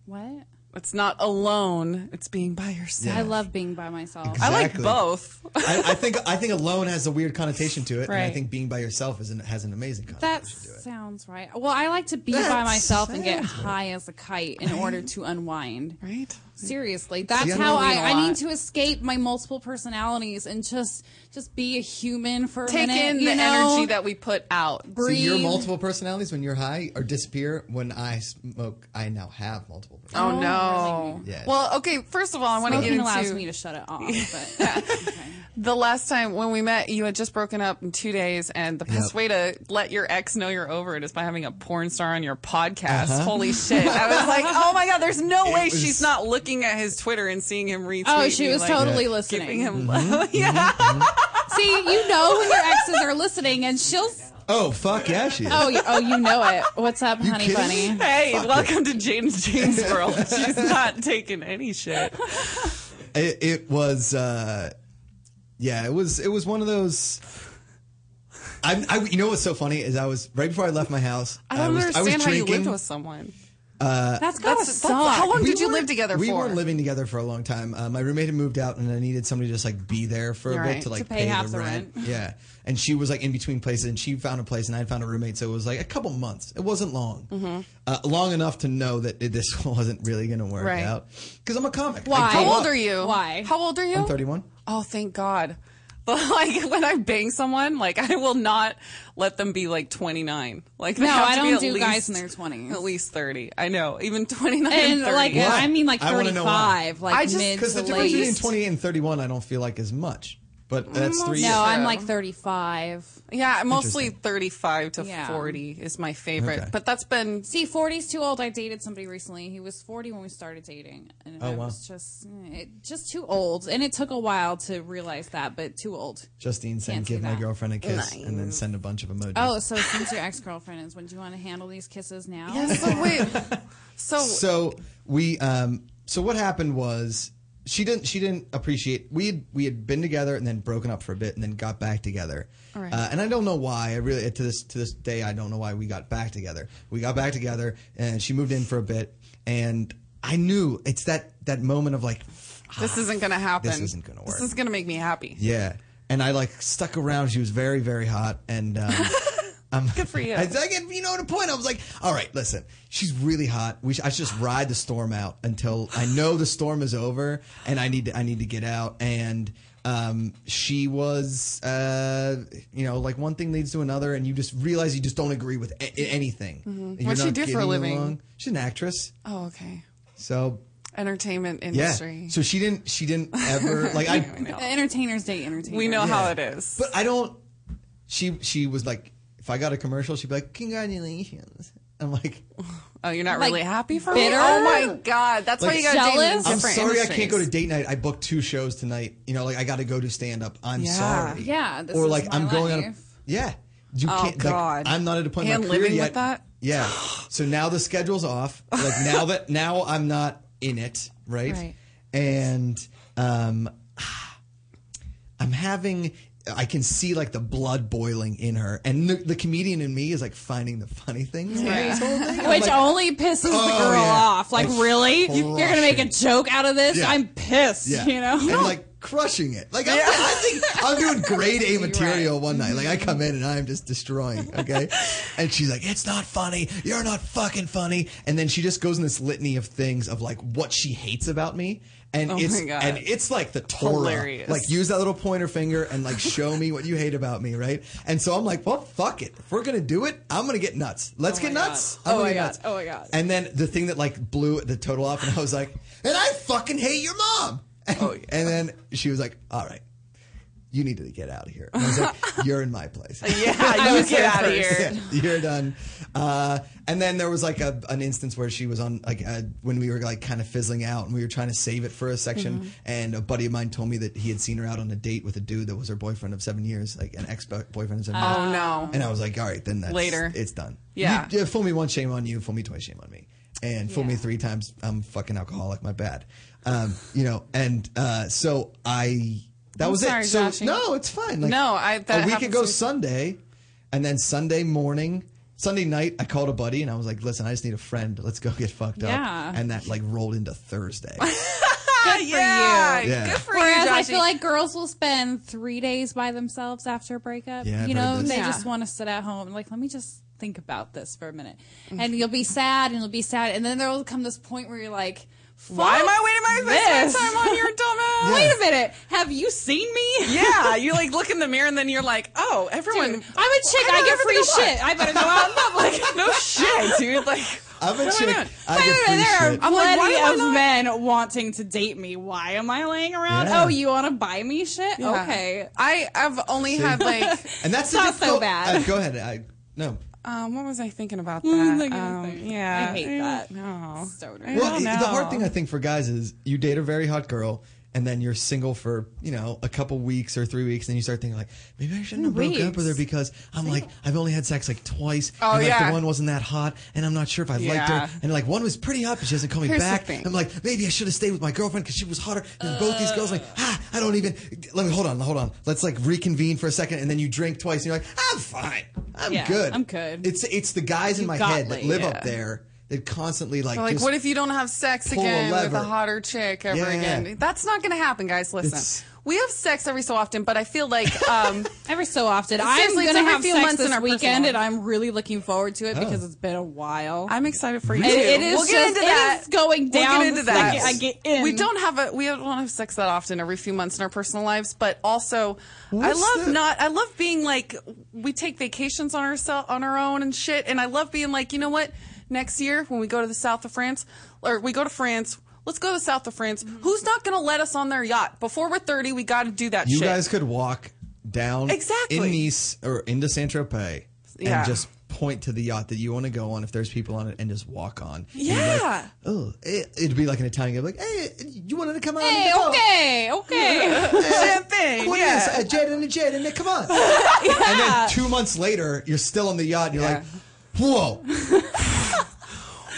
Speaker 5: What?
Speaker 4: It's not alone, it's being by yourself.
Speaker 5: I love being by myself.
Speaker 4: I like
Speaker 6: Exactly.
Speaker 4: both.
Speaker 6: I, I think I think alone has a weird connotation to it, and I
Speaker 4: Right.
Speaker 6: think being by yourself is an, has an amazing
Speaker 5: Oh, That
Speaker 6: connotation to it.
Speaker 5: sounds right. Well, I like to be
Speaker 6: That
Speaker 5: by myself and get
Speaker 6: sounds
Speaker 5: high as a kite in order to unwind.
Speaker 4: Right?
Speaker 5: Seriously, that's
Speaker 6: I don't
Speaker 5: how
Speaker 4: mean a
Speaker 5: I, I need
Speaker 4: lot.
Speaker 5: to escape my multiple personalities and just just be a human for a
Speaker 4: Take
Speaker 5: minute.
Speaker 4: in
Speaker 5: you
Speaker 4: the
Speaker 5: know?
Speaker 4: energy that we put out.
Speaker 6: So your
Speaker 5: breathe.
Speaker 6: multiple personalities when you're high or disappear. When I smoke, I now have multiple. personalities.
Speaker 4: Oh, no.
Speaker 6: Yes.
Speaker 4: Well, okay, first of all, I want to get
Speaker 5: Smoking
Speaker 4: into
Speaker 5: allows me to
Speaker 4: <laughs>
Speaker 5: shut it off. But
Speaker 4: the last time when we met, you had just broken up in two days, and the best
Speaker 6: Yep.
Speaker 4: way to let your ex know you're over it is by having a porn star on your podcast. Holy shit! I was like, oh my god, there's
Speaker 6: <laughs>
Speaker 4: no way
Speaker 6: Uh-huh. was-
Speaker 4: she's not looking at his Twitter and seeing him retweet.
Speaker 5: oh, she
Speaker 4: me,
Speaker 5: was
Speaker 4: like,
Speaker 5: totally
Speaker 4: giving
Speaker 5: listening.
Speaker 6: Mm-hmm.
Speaker 4: him love. <laughs> yeah.
Speaker 5: <laughs> See, you know when your exes are listening, and she'll. s-
Speaker 6: Oh fuck yeah, she. Is.
Speaker 5: Oh, you- oh, you know it. What's up, honey,
Speaker 6: kidding
Speaker 5: bunny?
Speaker 4: Hey, welcome to James James world. She's not taking any shit.
Speaker 6: It, it was. Uh, yeah, it was. It was one of those. I, I, you know what's so funny is I was right before I left my house.
Speaker 4: I don't
Speaker 6: was,
Speaker 4: understand
Speaker 6: I was
Speaker 4: how you
Speaker 6: drinking.
Speaker 4: lived with someone.
Speaker 5: That's gotta suck.
Speaker 4: how long
Speaker 6: We
Speaker 4: did you
Speaker 6: weren't-
Speaker 4: live together
Speaker 6: we
Speaker 4: for?
Speaker 6: weren't living together for a long time. Uh, my roommate had moved out, and I needed somebody to just like be there for a
Speaker 4: All
Speaker 6: bit
Speaker 4: right.
Speaker 6: to like
Speaker 5: To pay half
Speaker 6: the
Speaker 5: the
Speaker 6: rent. yeah, and she was like in between places, and she found a place, and I had found a roommate, so it was like a couple months. It wasn't long, uh, long enough to know that it, this <laughs> wasn't really going to work
Speaker 4: Right.
Speaker 6: out because I'm a comic. I
Speaker 5: Why?
Speaker 6: grew
Speaker 4: how old
Speaker 6: up-
Speaker 4: are you?
Speaker 5: Why?
Speaker 4: How old are you?
Speaker 6: I'm 31.
Speaker 4: Oh, thank God. <laughs> But like when I bang someone, like I will not let them be like 29. Like they
Speaker 5: No,
Speaker 4: have
Speaker 5: I
Speaker 4: to be
Speaker 5: don't
Speaker 4: at
Speaker 5: do
Speaker 4: least,
Speaker 5: guys in their 20s.
Speaker 4: At least 30. I know, even 29
Speaker 5: And
Speaker 4: and 30.
Speaker 5: like,
Speaker 6: Why?
Speaker 5: I mean, like
Speaker 6: I wanna know why.
Speaker 5: thirty-five, like
Speaker 4: I just-
Speaker 5: mid
Speaker 6: Because the
Speaker 5: to
Speaker 6: difference between
Speaker 5: late.
Speaker 6: 28 and 31, I don't feel like is much, but that's three.
Speaker 5: no,
Speaker 6: years.
Speaker 5: I'm like thirty-five.
Speaker 4: yeah, mostly 35 to
Speaker 5: Yeah.
Speaker 4: 40 is my favorite.
Speaker 6: Okay.
Speaker 4: But that's been <laughs>
Speaker 5: See, 40's too old. I dated somebody recently. He was 40 when we started dating. And I
Speaker 6: Oh, wow.
Speaker 5: was just it, just too old. And it took a while to realize that, but too old.
Speaker 6: Justine saying,
Speaker 5: Can't do
Speaker 6: "Give my
Speaker 5: that.
Speaker 6: girlfriend a kiss," and then send a bunch of emojis.
Speaker 5: Oh, so since your ex-girlfriend is, when do you want to handle these kisses now?
Speaker 4: Yeah, so wait. So,
Speaker 6: so we um so what happened was she didn't she didn't appreciate we had we had been together and then broken up for a bit and then got back together
Speaker 4: right.
Speaker 6: uh, and i don't know why i really to this to this day i don't know why we got back together we got back together and she moved in for a bit and i knew it's that that moment of like
Speaker 4: this isn't going to happen.
Speaker 6: This isn't gonna work.
Speaker 4: This is going to make me happy.
Speaker 6: yeah and i like stuck around she was very very hot and
Speaker 4: <laughs>
Speaker 6: um I'm, Good
Speaker 4: for you.
Speaker 6: <laughs> I, I get, you know, to point. I was like, all right, listen, she's really hot. We should, I should just ride the storm out until I know the storm is over, and I need to, I need to get out. And um, she was, uh, you know, like one thing leads to another, and you just realize you just don't agree with a- a- anything. You're
Speaker 4: Mm-hmm. What'd she
Speaker 6: not
Speaker 4: do for a
Speaker 6: getting
Speaker 4: living?
Speaker 6: She's an actress,
Speaker 4: Oh, okay.
Speaker 6: so
Speaker 4: Entertainment
Speaker 6: yeah.
Speaker 4: industry.
Speaker 6: So she didn't, she didn't ever
Speaker 4: <laughs>
Speaker 6: like I.
Speaker 5: <laughs> Entertainers date entertainers.
Speaker 4: we know how
Speaker 6: Yeah.
Speaker 4: it is.
Speaker 6: But I don't. She she was like, if I got a commercial, she'd be like, congratulations. I'm like,
Speaker 4: oh, you're not
Speaker 5: Like,
Speaker 4: really happy for me?
Speaker 5: bitter?
Speaker 4: Oh my God. That's why
Speaker 6: Like,
Speaker 4: you got to date in
Speaker 5: jealous?
Speaker 4: different
Speaker 6: I'm sorry I can't go
Speaker 4: industries.
Speaker 6: to date night. I booked two shows tonight. You know, like I got to go do stand up. I'm
Speaker 4: Yeah.
Speaker 6: sorry.
Speaker 5: Yeah, this
Speaker 6: or
Speaker 5: is
Speaker 6: like
Speaker 5: my
Speaker 6: I'm going on. A,
Speaker 5: life.
Speaker 6: yeah. You oh can't, like,
Speaker 4: God.
Speaker 6: I'm not at a point in
Speaker 4: And
Speaker 6: my career
Speaker 4: living with
Speaker 6: yet.
Speaker 4: that?
Speaker 6: Yeah. So now the schedule's off. Like now that now I'm not in it, right?
Speaker 4: Right.
Speaker 6: And um, I'm having I can see like the blood boiling in her, and the, the comedian in me is like finding the funny things. in this whole thing. I'm
Speaker 5: Which
Speaker 6: like,
Speaker 5: only pisses the girl
Speaker 6: Oh, yeah.
Speaker 5: off. Like,
Speaker 6: Like,
Speaker 5: really? You, you're gonna make a
Speaker 6: crushing.
Speaker 5: joke out of this?
Speaker 6: Yeah.
Speaker 5: I'm pissed.
Speaker 6: yeah.
Speaker 5: You know?
Speaker 6: and like crushing it. Like I'm, I think
Speaker 5: <laughs>
Speaker 6: I'm doing grade A material one night. Like I
Speaker 5: Mm-hmm.
Speaker 6: come in and I'm just destroying.
Speaker 5: <laughs>
Speaker 6: Okay, and she's like, "It's not funny. You're not fucking funny." And then she just goes in this litany of things of like what she hates about me.
Speaker 5: Oh
Speaker 6: And it's
Speaker 4: my God.
Speaker 6: and it's like the Torah.
Speaker 4: Hilarious.
Speaker 6: Like use that little pointer finger and like show me what you hate about me, right? And so I'm like, well, fuck it. If we're gonna do it, I'm gonna get nuts. Let's get nuts. I'm
Speaker 5: Oh
Speaker 6: gonna
Speaker 5: my
Speaker 6: get
Speaker 5: God.
Speaker 6: nuts.
Speaker 5: Oh my God.
Speaker 6: And then the thing that like blew the total off, and I was like, and I fucking hate your mom. And,
Speaker 4: Oh, yeah.
Speaker 6: and then she was like, all right, you need to get out of here. And I
Speaker 4: <laughs>
Speaker 6: was like, you're in my place. <laughs>
Speaker 4: Yeah, you get out of
Speaker 6: Yeah,
Speaker 4: here.
Speaker 6: you're done. Uh, and then there was like a, an instance where she was on like uh, when we were like kind of fizzling out and we were trying to save it for a section.
Speaker 4: Mm-hmm.
Speaker 6: And a buddy of mine told me that he had seen her out on a date with a dude that was her boyfriend of seven years, like an ex boyfriend of seven years.
Speaker 4: Oh no.
Speaker 5: Um,
Speaker 6: And I was like, all right, then that's,
Speaker 4: Later.
Speaker 6: it's done.
Speaker 4: Yeah.
Speaker 6: You- fool me once, shame on you. Fool me twice, shame on me. And fool me three times, I'm fucking alcoholic. My bad. Um, you know, and uh, so I. That was
Speaker 4: sorry,
Speaker 6: it. So
Speaker 4: Joshie.
Speaker 6: no, it's fine. Like,
Speaker 4: No, I- that
Speaker 6: a week
Speaker 4: happens
Speaker 6: ago
Speaker 4: to me.
Speaker 6: Sunday, and then Sunday morning, Sunday night, I called a buddy and I was like, "Listen, I just need a friend. Let's go get fucked
Speaker 5: Yeah.
Speaker 6: up." And that like rolled
Speaker 5: <laughs>
Speaker 6: into Thursday.
Speaker 5: Good
Speaker 4: Yeah,
Speaker 5: for you.
Speaker 6: Yeah.
Speaker 4: Good for
Speaker 5: Whereas
Speaker 4: you,
Speaker 5: I feel
Speaker 4: Joshie.
Speaker 5: like girls will spend three days by themselves after a breakup.
Speaker 6: Yeah, I've
Speaker 5: you
Speaker 6: heard
Speaker 5: know,
Speaker 6: this.
Speaker 5: they
Speaker 4: Yeah.
Speaker 5: just want to sit at home. Like, let me just think about this for a minute. And you'll be sad and you'll be sad. And then there will come this point where you're like,
Speaker 4: Why am
Speaker 5: "Fuck
Speaker 4: I waiting my
Speaker 5: this?
Speaker 4: time
Speaker 5: <laughs>
Speaker 4: on your dumbass?
Speaker 5: Wait a minute. Have you seen me?
Speaker 4: Yeah, you like look in the mirror and then you're like, oh, everyone.
Speaker 5: Dude, I'm a chick. I,
Speaker 4: know
Speaker 5: get free
Speaker 4: everything
Speaker 5: shit. I better go out
Speaker 4: <laughs>
Speaker 5: in public.
Speaker 4: about- no shit, dude. Like,
Speaker 6: I'm
Speaker 4: what
Speaker 6: a
Speaker 4: am I
Speaker 6: chick.
Speaker 4: doing?
Speaker 6: I
Speaker 5: Wait,
Speaker 6: get
Speaker 5: wait,
Speaker 6: free
Speaker 5: there
Speaker 6: shit.
Speaker 5: are
Speaker 4: I'm like,
Speaker 5: plenty
Speaker 4: why am I
Speaker 5: of
Speaker 4: not-
Speaker 5: men wanting to date me. Why am I laying around?
Speaker 6: Yeah.
Speaker 5: Oh, <laughs> you want to buy me shit?
Speaker 4: Yeah.
Speaker 5: <laughs> Okay.
Speaker 4: I I've only had
Speaker 5: <laughs>
Speaker 4: like,
Speaker 6: and that's the
Speaker 5: not so
Speaker 6: difficult-
Speaker 5: bad.
Speaker 6: Uh, go ahead. I no.
Speaker 4: um, what was I thinking about
Speaker 5: I'm
Speaker 4: that?
Speaker 5: thinking the
Speaker 4: Um,
Speaker 5: same.
Speaker 4: yeah,
Speaker 5: I hate that.
Speaker 4: No,
Speaker 5: So
Speaker 4: I
Speaker 6: Well,
Speaker 4: don't
Speaker 6: the the hard
Speaker 4: know.
Speaker 6: thing I think for guys is you date a very hot girl and then you're single for you know a couple weeks or three weeks, and you start thinking like maybe I shouldn't have broke up with her
Speaker 5: Weeks.
Speaker 6: because I'm like I've only had sex like twice,
Speaker 4: Oh,
Speaker 6: and like
Speaker 4: yeah.
Speaker 6: the one wasn't that hot, and I'm not sure if I liked
Speaker 4: Yeah.
Speaker 6: her, and like one was pretty hot, but she doesn't call me
Speaker 4: Here's the
Speaker 6: back.
Speaker 4: thing.
Speaker 6: I'm like maybe I should have stayed with my girlfriend because she was hotter, and both these girls like ah I don't even let me hold on hold on let's like reconvene for a second, and then you drink twice, and you're like I'm fine, I'm
Speaker 5: Yeah,
Speaker 6: good,
Speaker 5: I'm good.
Speaker 6: It's it's the guys in my
Speaker 5: got
Speaker 6: head that
Speaker 5: laid.
Speaker 6: live
Speaker 5: Yeah.
Speaker 6: up there. that constantly like
Speaker 4: Like,
Speaker 6: just-
Speaker 4: what if you don't have sex
Speaker 6: pull a
Speaker 4: again with a
Speaker 6: lever.
Speaker 4: hotter chick ever
Speaker 6: Yeah.
Speaker 4: again? That's not going to happen, guys. Listen,
Speaker 6: It's-
Speaker 4: we have sex every so often, but I feel like
Speaker 6: <laughs>
Speaker 4: um,
Speaker 5: Every so often, I'm
Speaker 4: Seriously,
Speaker 5: going to
Speaker 4: it's every
Speaker 5: have
Speaker 4: few
Speaker 5: sex
Speaker 4: months in
Speaker 5: this
Speaker 4: our personal
Speaker 5: weekend, and
Speaker 4: life.
Speaker 5: I'm really looking forward to it because it's been a while.
Speaker 4: I'm excited for you.
Speaker 5: It-
Speaker 4: too.
Speaker 5: it is
Speaker 4: we'll get
Speaker 5: just-
Speaker 4: into
Speaker 5: it
Speaker 4: that.
Speaker 5: is going
Speaker 4: We'll
Speaker 5: down
Speaker 4: get into
Speaker 5: the
Speaker 4: that.
Speaker 5: second I get in.
Speaker 4: We don't have a we don't have sex that often every few months in our personal lives, but also
Speaker 6: What's
Speaker 4: I love
Speaker 6: the-
Speaker 4: not I love being like we take vacations on ourselves on our own and shit, and I love being like you know what next year when we go to the south of France or we go to France. Let's go to the south of France. Who's not going to let us on their yacht? Before we're 30, we got to do that
Speaker 6: You
Speaker 4: shit.
Speaker 6: guys could walk down
Speaker 4: Exactly.
Speaker 6: in Nice or into Saint Tropez
Speaker 4: Yeah.
Speaker 6: and just point to the yacht that you want to go on if there's people on it and just walk on. And you'd be like,
Speaker 4: yeah.
Speaker 6: oh, it, it'd be like an Italian guy, like, hey, you wanted to come on?
Speaker 5: Hey, okay, <laughs> okay.
Speaker 4: Champagne.
Speaker 6: What
Speaker 4: yeah.
Speaker 6: is a jet uh, and a jet and a come
Speaker 5: <laughs>
Speaker 6: on? And then two months later, you're still on the yacht and you're like, whoa.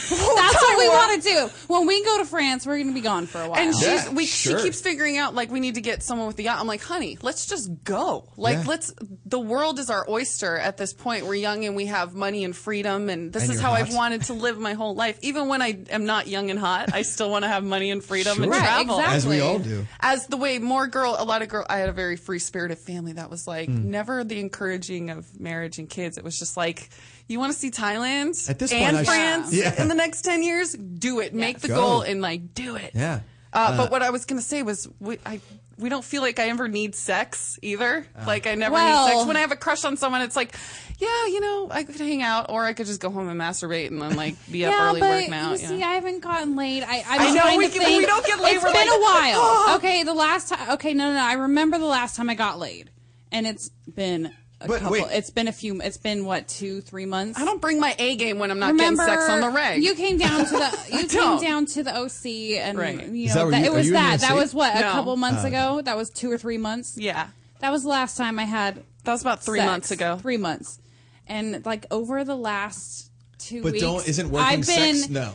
Speaker 5: That's what we want to do. When we go to France, we're going to be gone for a while.
Speaker 4: And she's,
Speaker 6: Yeah,
Speaker 4: we,
Speaker 6: sure.
Speaker 4: she keeps figuring out like we need to get someone with the yacht. I'm like, honey, let's just go. Like,
Speaker 6: Yeah.
Speaker 4: let's. The world is our oyster at this point. We're young and we have money and freedom, and this
Speaker 6: And
Speaker 4: is
Speaker 6: you're
Speaker 4: how
Speaker 6: hot.
Speaker 4: I've wanted to live my whole life. Even when I am not young and hot, I still want to have money and freedom and
Speaker 6: Sure. Right,
Speaker 4: travel.
Speaker 5: exactly.
Speaker 6: As we all do.
Speaker 4: As the way more girl, a lot of girl, I had a very free spirited family that was like
Speaker 6: Mm.
Speaker 4: never the encouraging of marriage and kids. It was just like. You want to see Thailand
Speaker 6: At this
Speaker 4: and
Speaker 6: point, I sh-
Speaker 4: France
Speaker 6: Yeah.
Speaker 4: in the next ten years? Do it. Make the
Speaker 6: Go.
Speaker 4: goal and like do it.
Speaker 6: Yeah.
Speaker 4: Uh, but what I was gonna say was, we, I we don't feel like I ever need sex either.
Speaker 6: Uh.
Speaker 4: like I never
Speaker 5: Well-
Speaker 4: need sex. When I have a crush on someone, it's like, yeah, you know, I could hang out, or I could just go home and masturbate, and then like be up
Speaker 5: yeah,
Speaker 4: early
Speaker 5: but
Speaker 4: working out.
Speaker 5: you
Speaker 4: yeah.
Speaker 5: see, I haven't gotten laid. I, I'm
Speaker 4: I
Speaker 5: just
Speaker 4: know,
Speaker 5: trying
Speaker 4: we
Speaker 5: to
Speaker 4: can- but
Speaker 5: think.
Speaker 4: we don't get laid,
Speaker 5: It's
Speaker 4: we're
Speaker 5: been
Speaker 4: like,
Speaker 5: a while.
Speaker 4: "Oh."
Speaker 5: Okay, the last time. Okay, no, no, no. I remember the last time I got laid, and it's been a
Speaker 6: But
Speaker 5: couple.
Speaker 6: wait.
Speaker 5: It's been a few. It's been what two, three months.
Speaker 4: I don't bring my A game when I'm not
Speaker 5: remember.
Speaker 4: getting sex on the reg.
Speaker 5: You came down
Speaker 4: <laughs>
Speaker 5: to the. You came
Speaker 4: don't.
Speaker 5: down to the OC, and
Speaker 4: Right.
Speaker 5: you know
Speaker 6: Is that where
Speaker 5: that-
Speaker 6: you-
Speaker 5: it
Speaker 6: are
Speaker 5: was
Speaker 6: you in the Uh.
Speaker 5: that. That
Speaker 6: OC?
Speaker 5: was what
Speaker 4: No.
Speaker 5: a couple months ago. That was two or three months.
Speaker 4: yeah,
Speaker 5: That was the last time I had
Speaker 4: that was about three
Speaker 5: sex.
Speaker 4: months ago.
Speaker 5: Three months, and like over the last two
Speaker 6: But
Speaker 5: weeks,
Speaker 6: don't, isn't working
Speaker 5: I've been
Speaker 6: sex? No.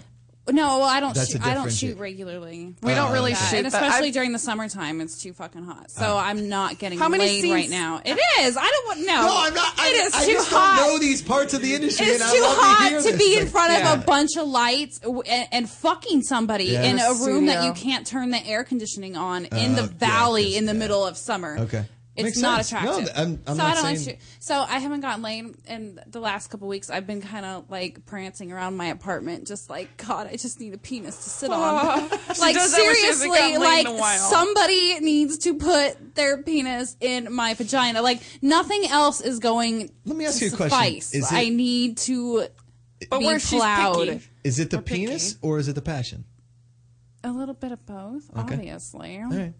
Speaker 5: No, well, I don't.
Speaker 6: That's
Speaker 5: Shoot,
Speaker 6: a
Speaker 5: I don't
Speaker 6: different Uh,
Speaker 5: shoot
Speaker 6: shoot.
Speaker 5: regularly.
Speaker 4: We don't really
Speaker 5: Yeah,
Speaker 4: shoot,
Speaker 5: and
Speaker 4: but
Speaker 5: especially
Speaker 4: I've-
Speaker 5: during the summertime, it's too fucking hot. So
Speaker 6: Uh.
Speaker 5: I'm not getting
Speaker 4: How many
Speaker 5: laid
Speaker 4: scenes-
Speaker 5: right now. It is. I don't want no.
Speaker 6: No, I'm not. I,
Speaker 5: um, It is
Speaker 6: I
Speaker 5: too
Speaker 6: just
Speaker 5: hot.
Speaker 6: don't know these parts of the industry.
Speaker 5: It's
Speaker 6: and
Speaker 5: too
Speaker 6: I love to,
Speaker 5: hot
Speaker 6: hear
Speaker 5: to,
Speaker 6: this.
Speaker 5: be in
Speaker 6: Like,
Speaker 5: front of
Speaker 4: yeah.
Speaker 5: a bunch of lights w- and, and fucking somebody
Speaker 6: Yeah.
Speaker 5: in
Speaker 6: In
Speaker 5: a
Speaker 6: a
Speaker 5: room that you
Speaker 4: studio.
Speaker 5: can't turn the air conditioning on in the
Speaker 6: Oh, yeah,
Speaker 5: valley
Speaker 6: 'cause-
Speaker 5: in the
Speaker 6: yeah.
Speaker 5: middle of summer.
Speaker 6: Okay.
Speaker 5: It's
Speaker 6: Makes
Speaker 5: not
Speaker 6: sense. No,
Speaker 5: attractive.
Speaker 6: I'm- I'm
Speaker 5: so I
Speaker 6: not
Speaker 5: don't like
Speaker 6: saying-
Speaker 5: shoot. So I haven't gotten laid in the last couple weeks. I've been kind of like prancing around my apartment, just like God, I just need a penis to sit on. like
Speaker 4: does that when <laughs> she hasn't
Speaker 5: seriously,
Speaker 4: gotten laid in
Speaker 5: like
Speaker 4: a while.
Speaker 5: somebody needs to put their penis in my vagina. Like nothing else is going.
Speaker 6: Let me ask
Speaker 5: to
Speaker 6: you a question.
Speaker 5: suffice.
Speaker 6: Is it-
Speaker 5: I need to
Speaker 4: But
Speaker 5: be
Speaker 4: where she's
Speaker 5: plowed.
Speaker 4: picky.
Speaker 6: Is it the penis or is it the passion?
Speaker 5: A little bit of both, obviously.
Speaker 6: All right.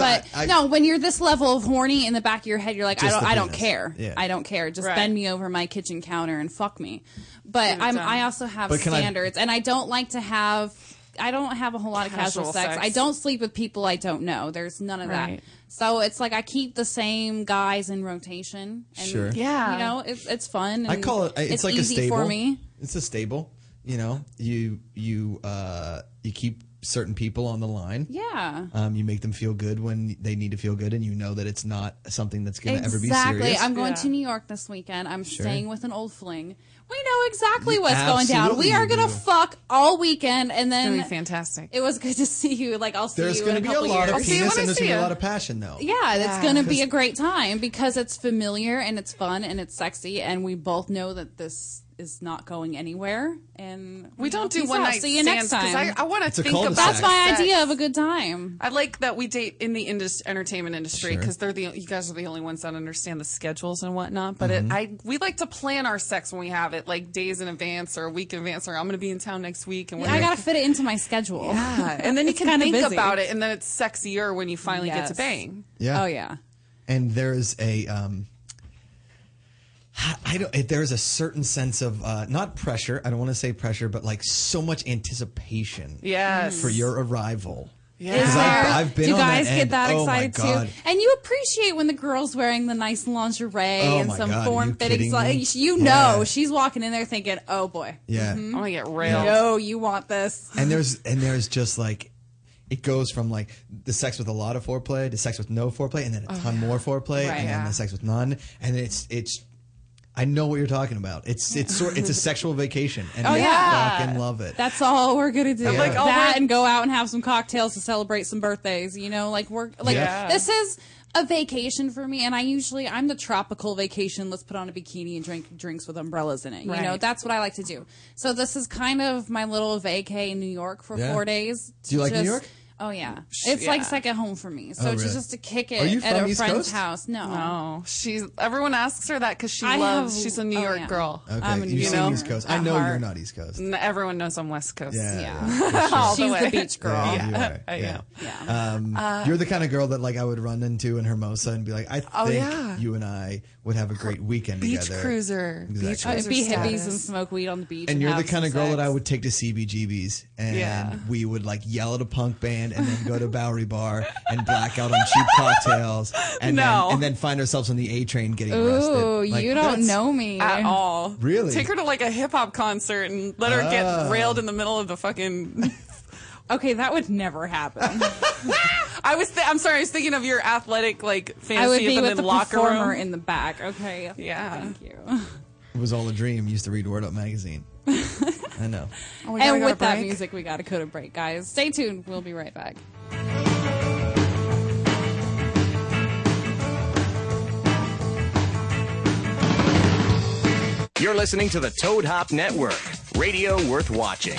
Speaker 5: Mm. But
Speaker 6: I, I
Speaker 5: no, when you're this level of horny in the back of your head, you're like, I
Speaker 6: Just
Speaker 5: don't,
Speaker 6: the
Speaker 5: I don't
Speaker 6: penis.
Speaker 5: care.
Speaker 6: Yeah.
Speaker 5: I don't care. Just
Speaker 4: Right.
Speaker 5: bend me over my kitchen counter and fuck me. But
Speaker 4: it
Speaker 5: I'm,
Speaker 4: done.
Speaker 5: I also have
Speaker 6: But can I-
Speaker 5: standards, and I don't like to have. I don't have a whole lot of casual,
Speaker 4: Casual
Speaker 5: sex.
Speaker 4: sex.
Speaker 5: I don't sleep with people I don't know. There's none of
Speaker 4: Right.
Speaker 5: that. So it's like I keep the same guys in rotation. And,
Speaker 6: Sure.
Speaker 4: Yeah.
Speaker 5: You know, it's it's fun.
Speaker 6: I
Speaker 5: and
Speaker 6: call it. I- It's, like
Speaker 5: easy
Speaker 6: a stable
Speaker 5: for me.
Speaker 6: It's a stable. You know, you you uh you keep certain people on the line.
Speaker 5: Yeah.
Speaker 6: Um, you make them feel good when they need to feel good, and you know that it's not something that's going to ever be serious.
Speaker 5: Exactly. I'm going
Speaker 4: Yeah.
Speaker 5: to New York this weekend. I'm staying with an old fling. We know exactly what's going down.
Speaker 6: absolutely
Speaker 5: We are
Speaker 6: you
Speaker 5: going to
Speaker 6: do.
Speaker 5: fuck all weekend, and
Speaker 4: It's
Speaker 5: then
Speaker 4: gonna be fantastic.
Speaker 5: it was good to see you. Like I'll see
Speaker 6: there's
Speaker 5: you
Speaker 6: going
Speaker 5: in
Speaker 6: to
Speaker 5: a
Speaker 6: be a
Speaker 5: couple
Speaker 6: lot
Speaker 5: years.
Speaker 6: of
Speaker 4: see you
Speaker 6: penis,
Speaker 4: when I
Speaker 6: and there's
Speaker 4: see
Speaker 6: going to be a
Speaker 4: you.
Speaker 6: lot of passion, though.
Speaker 5: Yeah, it's
Speaker 4: Yeah.
Speaker 5: going to be a great time because it's familiar and it's fun and it's sexy, and we both know that this is not going anywhere. And
Speaker 4: We
Speaker 5: you know,
Speaker 4: don't do
Speaker 5: peace
Speaker 4: one
Speaker 5: out.
Speaker 4: night
Speaker 5: See you
Speaker 4: stands
Speaker 5: next
Speaker 4: because I,
Speaker 5: time.
Speaker 4: I want
Speaker 6: It's
Speaker 4: to
Speaker 6: a
Speaker 4: think about.
Speaker 6: cul-de-sac.
Speaker 5: That's my
Speaker 4: sex.
Speaker 5: idea of a good time.
Speaker 4: I like that we date in the indus- entertainment industry
Speaker 6: Sure.
Speaker 4: because they're the you guys are the only ones that understand the schedules and whatnot. But
Speaker 6: Mm-hmm.
Speaker 4: it, I we like to plan our sex when we have it, like days in advance or a week in advance, or I'm going to be in town next week and we're
Speaker 5: I got to fit it into my schedule.
Speaker 4: yeah.
Speaker 5: <laughs>
Speaker 4: and then you
Speaker 5: It's
Speaker 4: can
Speaker 5: kinda
Speaker 4: think
Speaker 5: busy.
Speaker 4: about it, and then it's sexier when you finally get to
Speaker 5: Yes.
Speaker 4: bang.
Speaker 6: Yeah.
Speaker 5: Oh yeah.
Speaker 6: and there is a um I don't. There is a certain sense of uh, not pressure. I don't want to say pressure, but like so much anticipation.
Speaker 4: Yes.
Speaker 6: For your arrival. Yeah.
Speaker 5: Is
Speaker 6: I've,
Speaker 5: there-
Speaker 6: I've been
Speaker 5: do you
Speaker 6: on
Speaker 5: guys
Speaker 6: that
Speaker 5: get
Speaker 6: end.
Speaker 5: that
Speaker 6: oh
Speaker 5: excited
Speaker 6: my God.
Speaker 5: too? And you appreciate when the girl's wearing the nice lingerie
Speaker 6: Oh
Speaker 5: and
Speaker 6: my
Speaker 5: some
Speaker 6: God, are you
Speaker 5: form fitting.
Speaker 6: kidding me?
Speaker 5: Like you know,
Speaker 6: Yeah.
Speaker 5: she's walking in there thinking, "Oh boy,
Speaker 6: Yeah.
Speaker 4: I'm gonna get railed.
Speaker 5: no, you want this."
Speaker 6: and there's and there's just like it goes from like the sex with a lot of foreplay to sex with no foreplay and then a ton more foreplay
Speaker 5: Oh, Right.
Speaker 6: and then
Speaker 5: Yeah.
Speaker 6: the sex with none and it's it's I know what you're talking about. It's it's sort
Speaker 5: <laughs>
Speaker 6: it's a sexual vacation and I
Speaker 5: Oh, yeah.
Speaker 6: fucking love it.
Speaker 5: That's all we're gonna do.
Speaker 6: Like, oh, all
Speaker 5: that
Speaker 4: we're-
Speaker 5: and go out and have some cocktails to celebrate some birthdays. You know, like we're like
Speaker 6: Yeah.
Speaker 5: this is a vacation for me, and I usually I'm the tropical vacation. Let's put on a bikini and drink drinks with umbrellas in it. You know,
Speaker 4: Right.
Speaker 5: that's what I like to do. So this is kind of my little vacay in New York for
Speaker 6: Yeah.
Speaker 5: four days.
Speaker 6: Do you like New
Speaker 5: Just-
Speaker 6: York?
Speaker 5: Oh yeah, it's like second home for me. So
Speaker 6: Oh,
Speaker 5: it's
Speaker 6: really?
Speaker 5: just to kick it
Speaker 6: Are you
Speaker 5: at
Speaker 6: from
Speaker 5: a
Speaker 6: East
Speaker 5: friend's
Speaker 6: Coast?
Speaker 5: house. No, <laughs>
Speaker 4: No, Oh, she's everyone asks her that because she
Speaker 5: I
Speaker 4: loves.
Speaker 5: have-
Speaker 4: she's a New
Speaker 5: oh,
Speaker 4: York
Speaker 5: yeah.
Speaker 4: girl.
Speaker 6: okay.
Speaker 5: I'm a New
Speaker 6: you seem
Speaker 4: Yorker
Speaker 6: East Coast. I
Speaker 5: at
Speaker 6: know you're
Speaker 5: heart.
Speaker 6: not East Coast.
Speaker 4: And everyone knows I'm West Coast.
Speaker 6: Yeah.
Speaker 5: Yeah.
Speaker 6: yeah, for
Speaker 5: she's
Speaker 6: sure.
Speaker 5: the,
Speaker 4: way.
Speaker 5: beach <laughs> girl.
Speaker 6: Yeah, you
Speaker 4: Yeah,
Speaker 6: are.
Speaker 4: I
Speaker 6: Yeah.
Speaker 5: am.
Speaker 6: Um,
Speaker 5: Uh,
Speaker 6: you're the kind of girl that like I would run into in Hermosa and be like, I think
Speaker 5: Oh,
Speaker 4: yeah.
Speaker 6: you and I would have a great weekend
Speaker 4: Beach
Speaker 6: together.
Speaker 4: cruiser. Beach
Speaker 6: Exactly.
Speaker 4: cruiser.
Speaker 5: Be hippies
Speaker 4: status.
Speaker 5: and smoke weed on the beach.
Speaker 6: And you're the
Speaker 5: have
Speaker 6: kind of
Speaker 5: some
Speaker 6: girl that
Speaker 5: sex.
Speaker 6: I would take to CBGB's, and
Speaker 4: Yeah.
Speaker 6: we would like yell at a punk band, and then go to Bowery Bar and black out on cheap cocktails, and
Speaker 4: No.
Speaker 6: then and then find ourselves on the A train getting arrested.
Speaker 5: Ooh,
Speaker 6: Like,
Speaker 5: you
Speaker 6: that's-
Speaker 5: don't know me
Speaker 4: at all.
Speaker 6: Really?
Speaker 4: Take her to like a hip hop concert and let her
Speaker 6: Oh.
Speaker 4: get railed in the middle of the fucking. <laughs>
Speaker 5: Okay, that would never happen.
Speaker 4: I was. Th- I'm sorry. I was thinking of your athletic like fantasy
Speaker 5: I would
Speaker 4: of
Speaker 5: be
Speaker 4: them
Speaker 5: with
Speaker 4: in
Speaker 5: the
Speaker 4: locker
Speaker 5: performer
Speaker 4: room.
Speaker 5: in the back. Okay.
Speaker 4: Yeah.
Speaker 5: Thank you.
Speaker 6: It was all a dream. Used to read Word
Speaker 5: <laughs>
Speaker 6: Up magazine. I know.
Speaker 4: Oh, we gotta
Speaker 5: and
Speaker 4: go
Speaker 5: with
Speaker 4: to
Speaker 5: that
Speaker 4: break.
Speaker 5: music, we gotta go to break, guys. Stay tuned. We'll be right back.
Speaker 1: You're listening to the Toad Hop Network, radio worth watching.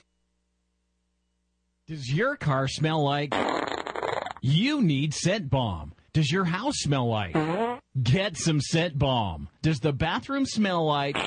Speaker 8: Does your car smell like? You need scent bomb. Does your house smell like? Get some scent bomb. Does the bathroom smell like?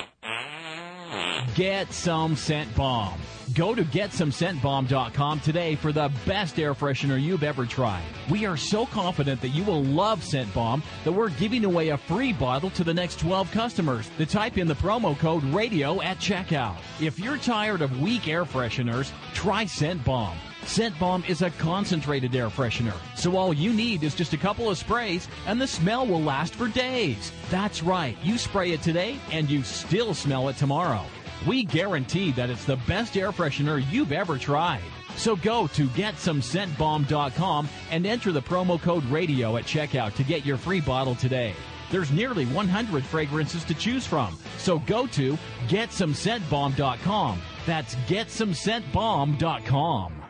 Speaker 8: Get some scent bomb. Go to getsomescentbomb.com today for the best air freshener you've ever tried. We are so confident that you will love Scent Bomb that we're giving away a free bottle to the next 12 customers that type in the promo code radio at checkout. If you're tired of weak air fresheners, try Scent Bomb. Scent Bomb is a concentrated air freshener, so all you need is just a couple of sprays and the smell will last for days. That's right, you spray it today and you still smell it tomorrow. We guarantee that it's the best air freshener you've ever tried. So go to getsomescentbomb.com and enter the promo code radio at checkout to get your free bottle today. There's nearly 100 fragrances to choose from. So go to getsomescentbomb.com. That's getsomescentbomb.com.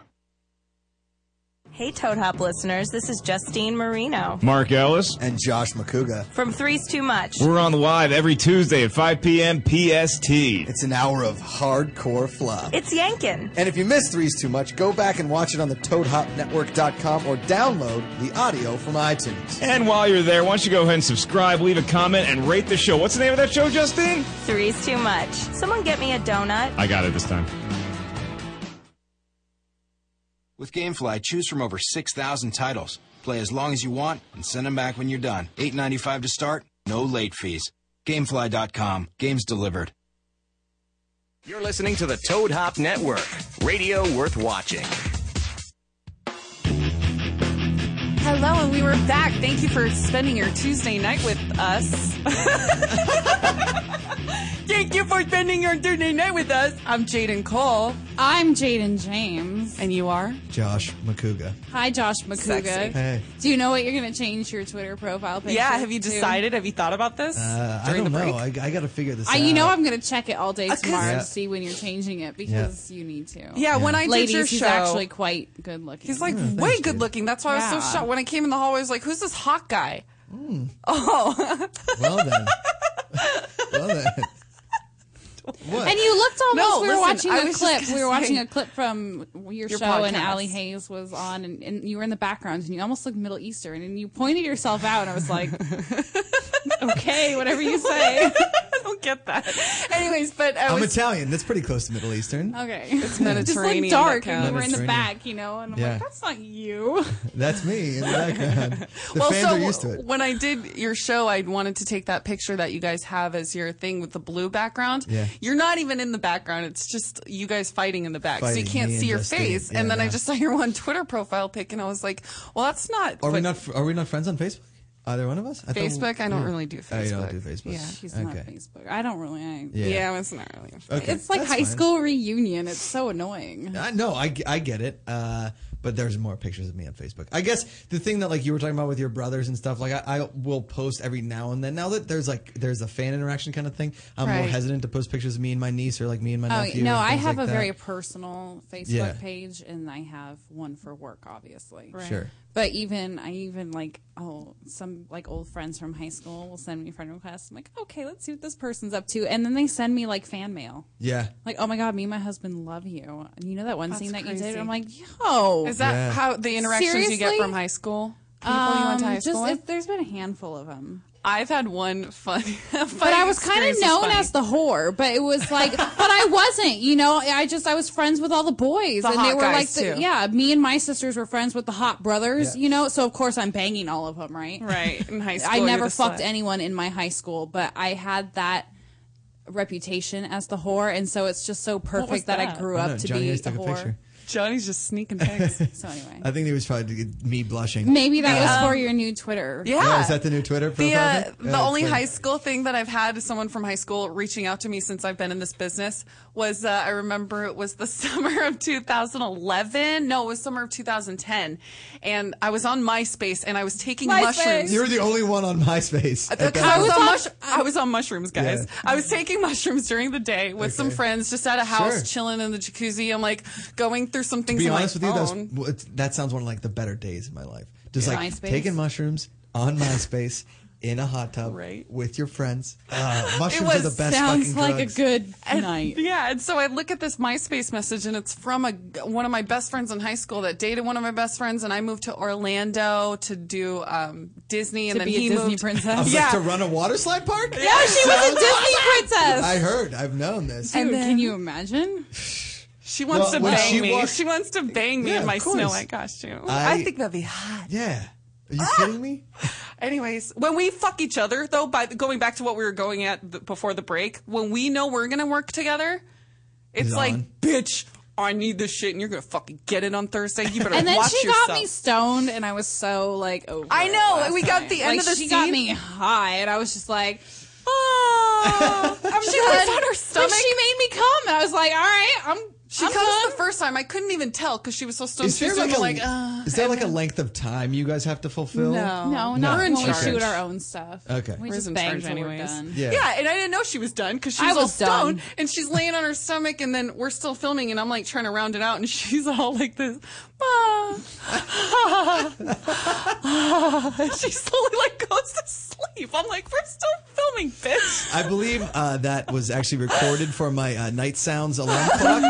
Speaker 9: Hey, Toad Hop listeners, this is Justine Marino.
Speaker 10: Mark Ellis.
Speaker 11: And Josh McCouga.
Speaker 9: From Three's Too Much.
Speaker 10: We're on the live every Tuesday at 5 p.m. PST.
Speaker 11: It's an hour of hardcore flop.
Speaker 9: It's Yankin.
Speaker 11: And if you missed Three's Too Much, go back and watch it on the ToadHopNetwork.com or download the audio from iTunes.
Speaker 10: And while you're there, why don't you go ahead and subscribe, leave a comment, and rate the show. What's the name of that show, Justine?
Speaker 9: Three's Too Much. Someone get me a donut.
Speaker 10: I got it this time.
Speaker 7: With GameFly, choose from over 6,000 titles. Play as long as you want and send them back when you're done. $8.95 to start, no late fees. GameFly.com, games delivered.
Speaker 1: You're listening to the Toad Hop Network, radio worth watching.
Speaker 4: Hello, and we were back. Thank you for spending your Tuesday night with
Speaker 5: <laughs>
Speaker 4: us. Thank you for spending your Tuesday night with us. I'm Jaden Cole.
Speaker 5: I'm Jaden James.
Speaker 4: And you are?
Speaker 6: Josh McCouga.
Speaker 5: Hi, Josh McCouga.
Speaker 6: Hey.
Speaker 5: Do you know what you're going to change your Twitter profile picture?
Speaker 4: Yeah, have you
Speaker 5: to?
Speaker 4: decided? Have you thought about this?
Speaker 6: Uh, I
Speaker 4: during
Speaker 6: don't
Speaker 4: the break?
Speaker 6: know. I, I got to figure this
Speaker 5: I,
Speaker 6: out.
Speaker 5: you know, I'm going to check it all day
Speaker 4: Uh, 'cause-
Speaker 5: tomorrow
Speaker 6: Yeah.
Speaker 5: to see when you're changing it because you need to.
Speaker 4: Yeah, when I did
Speaker 5: Ladies,
Speaker 4: your
Speaker 5: he's
Speaker 4: show-
Speaker 5: actually quite good looking. Mm.
Speaker 4: He's like way good looking. That's why I was
Speaker 5: Yeah.
Speaker 4: so shocked. When I came in the hallway, I was like, who's this hot guy?
Speaker 6: <laughs> well then. well
Speaker 5: <laughs>
Speaker 6: then. What?
Speaker 5: And you looked almost.
Speaker 4: No,
Speaker 5: we were
Speaker 4: listen,
Speaker 5: watching
Speaker 4: I
Speaker 5: a
Speaker 4: was just
Speaker 5: clip.
Speaker 4: gonna
Speaker 5: We were watching
Speaker 4: say-
Speaker 5: a clip from your, show, and
Speaker 4: podcast.
Speaker 5: Allie Hayes was on, and, and you were in the background, and you almost looked Middle Eastern, and you pointed yourself out, and I was
Speaker 4: <laughs>
Speaker 5: like, "Okay, whatever you say."
Speaker 4: I don't get that. Anyways, but I
Speaker 6: I'm
Speaker 4: was
Speaker 6: Italian. That's pretty close to Middle Eastern.
Speaker 5: Okay, it's
Speaker 4: Mediterranean,
Speaker 5: <laughs> Just
Speaker 4: that
Speaker 5: like dark, and
Speaker 4: counts.
Speaker 5: you were in the
Speaker 6: Mediterranean.
Speaker 5: back, you know, and I'm
Speaker 6: Yeah.
Speaker 5: like, "That's not you."
Speaker 6: That's me in
Speaker 5: <laughs>
Speaker 6: the background. The
Speaker 4: well,
Speaker 6: fans
Speaker 4: so
Speaker 6: are used to it.
Speaker 4: when I did your show, I wanted to take that picture that you guys have as your thing with the blue background.
Speaker 6: Yeah.
Speaker 4: You're not even in the background; it's just you guys fighting in the back, so
Speaker 6: Fighting,
Speaker 4: you can't
Speaker 6: me
Speaker 4: see
Speaker 6: and
Speaker 4: your
Speaker 6: Justine.
Speaker 4: face.
Speaker 6: Yeah,
Speaker 4: and then I
Speaker 6: yeah.
Speaker 4: just saw your one Twitter profile pic, and I was like, "Well, that's not."
Speaker 6: Are we
Speaker 4: but
Speaker 6: not? fr- Are we not friends on Facebook? Either one of us? I thought-
Speaker 4: Facebook? I don't really do
Speaker 6: Oh, you don't
Speaker 4: Facebook.
Speaker 6: do Facebook.
Speaker 4: Yeah,
Speaker 5: She's
Speaker 6: okay.
Speaker 5: not Facebook. I don't really. I,
Speaker 6: Yeah.
Speaker 4: Yeah, it's not really.
Speaker 6: Okay.
Speaker 5: It's like
Speaker 6: That's
Speaker 5: high
Speaker 6: fine.
Speaker 5: school reunion. It's so annoying.
Speaker 6: I know, I, I get it. Uh, but there's more pictures of me on Facebook. I guess the thing that like you were talking about with your brothers and stuff, like I, I will post every now and then. Now that there's like there's a fan interaction kind of thing, I'm more
Speaker 4: Right.
Speaker 6: hesitant to post pictures of me and my niece or like me and my
Speaker 5: Oh
Speaker 6: nephew.
Speaker 5: no,
Speaker 6: and
Speaker 5: I
Speaker 6: things
Speaker 5: have
Speaker 6: like
Speaker 5: a
Speaker 6: that.
Speaker 5: very personal Facebook
Speaker 6: Yeah.
Speaker 5: page, and I have one for work, obviously.
Speaker 6: Sure.
Speaker 5: But even I even like oh some like old friends from high school will send me friend requests. I'm like, okay, let's see what this person's up to, and then they send me like fan mail.
Speaker 6: yeah.
Speaker 5: Like, oh my god, me and my husband love you. And you know that one
Speaker 4: That's
Speaker 5: scene that you did?
Speaker 4: crazy.
Speaker 5: I'm like, yo.
Speaker 4: Is that
Speaker 6: Yeah.
Speaker 4: how the interactions you get
Speaker 5: Seriously?
Speaker 4: from high school? People you went to
Speaker 5: Um,
Speaker 4: high school
Speaker 5: just,
Speaker 4: with?
Speaker 5: if there's been a handful of them.
Speaker 4: I've had one fun, <laughs>
Speaker 5: But I was kind of known as the whore, but it was like, but I wasn't, you know. I just I was friends with all the boys,
Speaker 4: The
Speaker 5: and they
Speaker 4: hot
Speaker 5: were like,
Speaker 4: guys,
Speaker 5: the,
Speaker 4: too.
Speaker 5: yeah, me and my sisters were friends with the hot brothers,
Speaker 6: Yeah.
Speaker 5: you know. So of course I'm banging all of them, right?
Speaker 4: right in high school.
Speaker 5: <laughs> I
Speaker 4: you're
Speaker 5: never
Speaker 4: the
Speaker 5: fucked
Speaker 4: slut.
Speaker 5: anyone in my high school, but I had that reputation as the whore, and so it's just so perfect that? I
Speaker 4: that?
Speaker 5: grew
Speaker 6: I
Speaker 5: up
Speaker 6: know,
Speaker 5: to
Speaker 6: Johnny
Speaker 5: be a
Speaker 6: Hayes took a
Speaker 5: whore.
Speaker 6: picture.
Speaker 4: Johnny's just sneaking pics.
Speaker 5: so anyway,
Speaker 6: I think it was probably me blushing.
Speaker 5: maybe that was for your new Twitter.
Speaker 4: Yeah.
Speaker 6: Oh, is that the new Twitter profile?
Speaker 4: The, uh,
Speaker 6: pic? Yeah,
Speaker 4: the only
Speaker 6: it's
Speaker 4: high
Speaker 6: like-
Speaker 4: school thing that I've had is someone from high school reaching out to me since I've been in this business was uh, I remember it was the <laughs> summer of 2011. No, it was summer of 2010. And I was on MySpace and I was taking mushrooms.
Speaker 6: You were the only one on MySpace. at that
Speaker 4: I was,
Speaker 6: time.
Speaker 4: on mush- I was on mushrooms, guys.
Speaker 6: Yeah.
Speaker 4: I was taking mushrooms during the day with some friends just at a house,
Speaker 6: Sure.
Speaker 4: chilling in the jacuzzi. I'm like going through some
Speaker 6: to
Speaker 4: things
Speaker 6: be
Speaker 4: on
Speaker 6: honest with
Speaker 4: my
Speaker 6: you, that, was,
Speaker 4: phone.
Speaker 6: w- it's- that sounds one of like the better days of my life. Just
Speaker 4: Yeah.
Speaker 6: like
Speaker 4: MySpace.
Speaker 6: taking mushrooms on MySpace in a hot tub with your friends.
Speaker 4: <laughs>
Speaker 6: Uh, mushrooms are the best. fucking drugs.
Speaker 5: good
Speaker 4: night. Yeah, and so I look at this MySpace message, and it's from a one of my best friends in high school that dated one of my best friends, and I moved to Orlando to do um, Disney, and
Speaker 5: To
Speaker 4: then
Speaker 5: be a
Speaker 4: he
Speaker 5: Disney
Speaker 4: moved. <laughs>
Speaker 6: I was like,
Speaker 4: yeah,
Speaker 6: to run a water slide park?
Speaker 4: Yeah, she was a <laughs> Disney princess.
Speaker 6: I heard. I've known this.
Speaker 5: Dude, can you imagine?
Speaker 4: she wants
Speaker 6: Well,
Speaker 4: to
Speaker 6: when
Speaker 4: bang
Speaker 6: she
Speaker 4: me.
Speaker 6: walked-
Speaker 4: <laughs> she wants to bang me
Speaker 6: Yeah,
Speaker 4: in
Speaker 6: of
Speaker 4: my
Speaker 6: course.
Speaker 4: Snow White costume.
Speaker 6: I-
Speaker 4: I, think that'd be hot. Ah!
Speaker 6: yeah. Are you kidding me?
Speaker 4: Anyways, when we fuck each other, though, by the, going back to what we were going at the, before the break, when we know we're gonna work together, it's
Speaker 6: It's
Speaker 4: like,
Speaker 6: on.
Speaker 4: bitch, I need this shit, and you're gonna fucking get it on Thursday. You better
Speaker 5: And then
Speaker 4: watch
Speaker 5: she
Speaker 4: yourself.
Speaker 5: got me stoned, and I was so like, over
Speaker 4: I
Speaker 5: it
Speaker 4: know,
Speaker 5: last
Speaker 4: we got
Speaker 5: night.
Speaker 4: the end
Speaker 5: Like,
Speaker 4: of the
Speaker 5: she got
Speaker 4: scene.
Speaker 5: me high, and I was just like, <laughs> oh, I'm
Speaker 4: She
Speaker 5: done.
Speaker 4: was on her stomach.
Speaker 5: But she made me come, and I was like, all right, I'm.
Speaker 4: She
Speaker 5: I'm
Speaker 4: comes
Speaker 5: done.
Speaker 4: the first time. I couldn't even tell because she was so stoned.
Speaker 6: Is
Speaker 4: She
Speaker 6: there
Speaker 4: was
Speaker 6: like a,
Speaker 4: like, uh,
Speaker 6: is there like a length of time you guys have to fulfill?
Speaker 4: No.
Speaker 5: no,
Speaker 4: No.
Speaker 5: not when we
Speaker 6: Okay.
Speaker 5: shoot our own stuff.
Speaker 6: Okay.
Speaker 5: we
Speaker 4: We're
Speaker 5: just
Speaker 4: in
Speaker 5: bang
Speaker 4: charge
Speaker 5: till we're
Speaker 4: anyways.
Speaker 5: done.
Speaker 6: Yeah.
Speaker 4: yeah. and I didn't know she was done because she
Speaker 5: I
Speaker 4: was,
Speaker 5: was
Speaker 4: all
Speaker 5: done.
Speaker 4: stoned and she's laying on her stomach, and then we're still filming, and I'm like trying to round it out, and <laughs> she's all like this, "Ah, ah, ah," and <laughs> she slowly like goes to sleep. I'm like, we're still filming, bitch.
Speaker 6: I believe uh, that was actually recorded for my uh, Night Sounds alarm clock,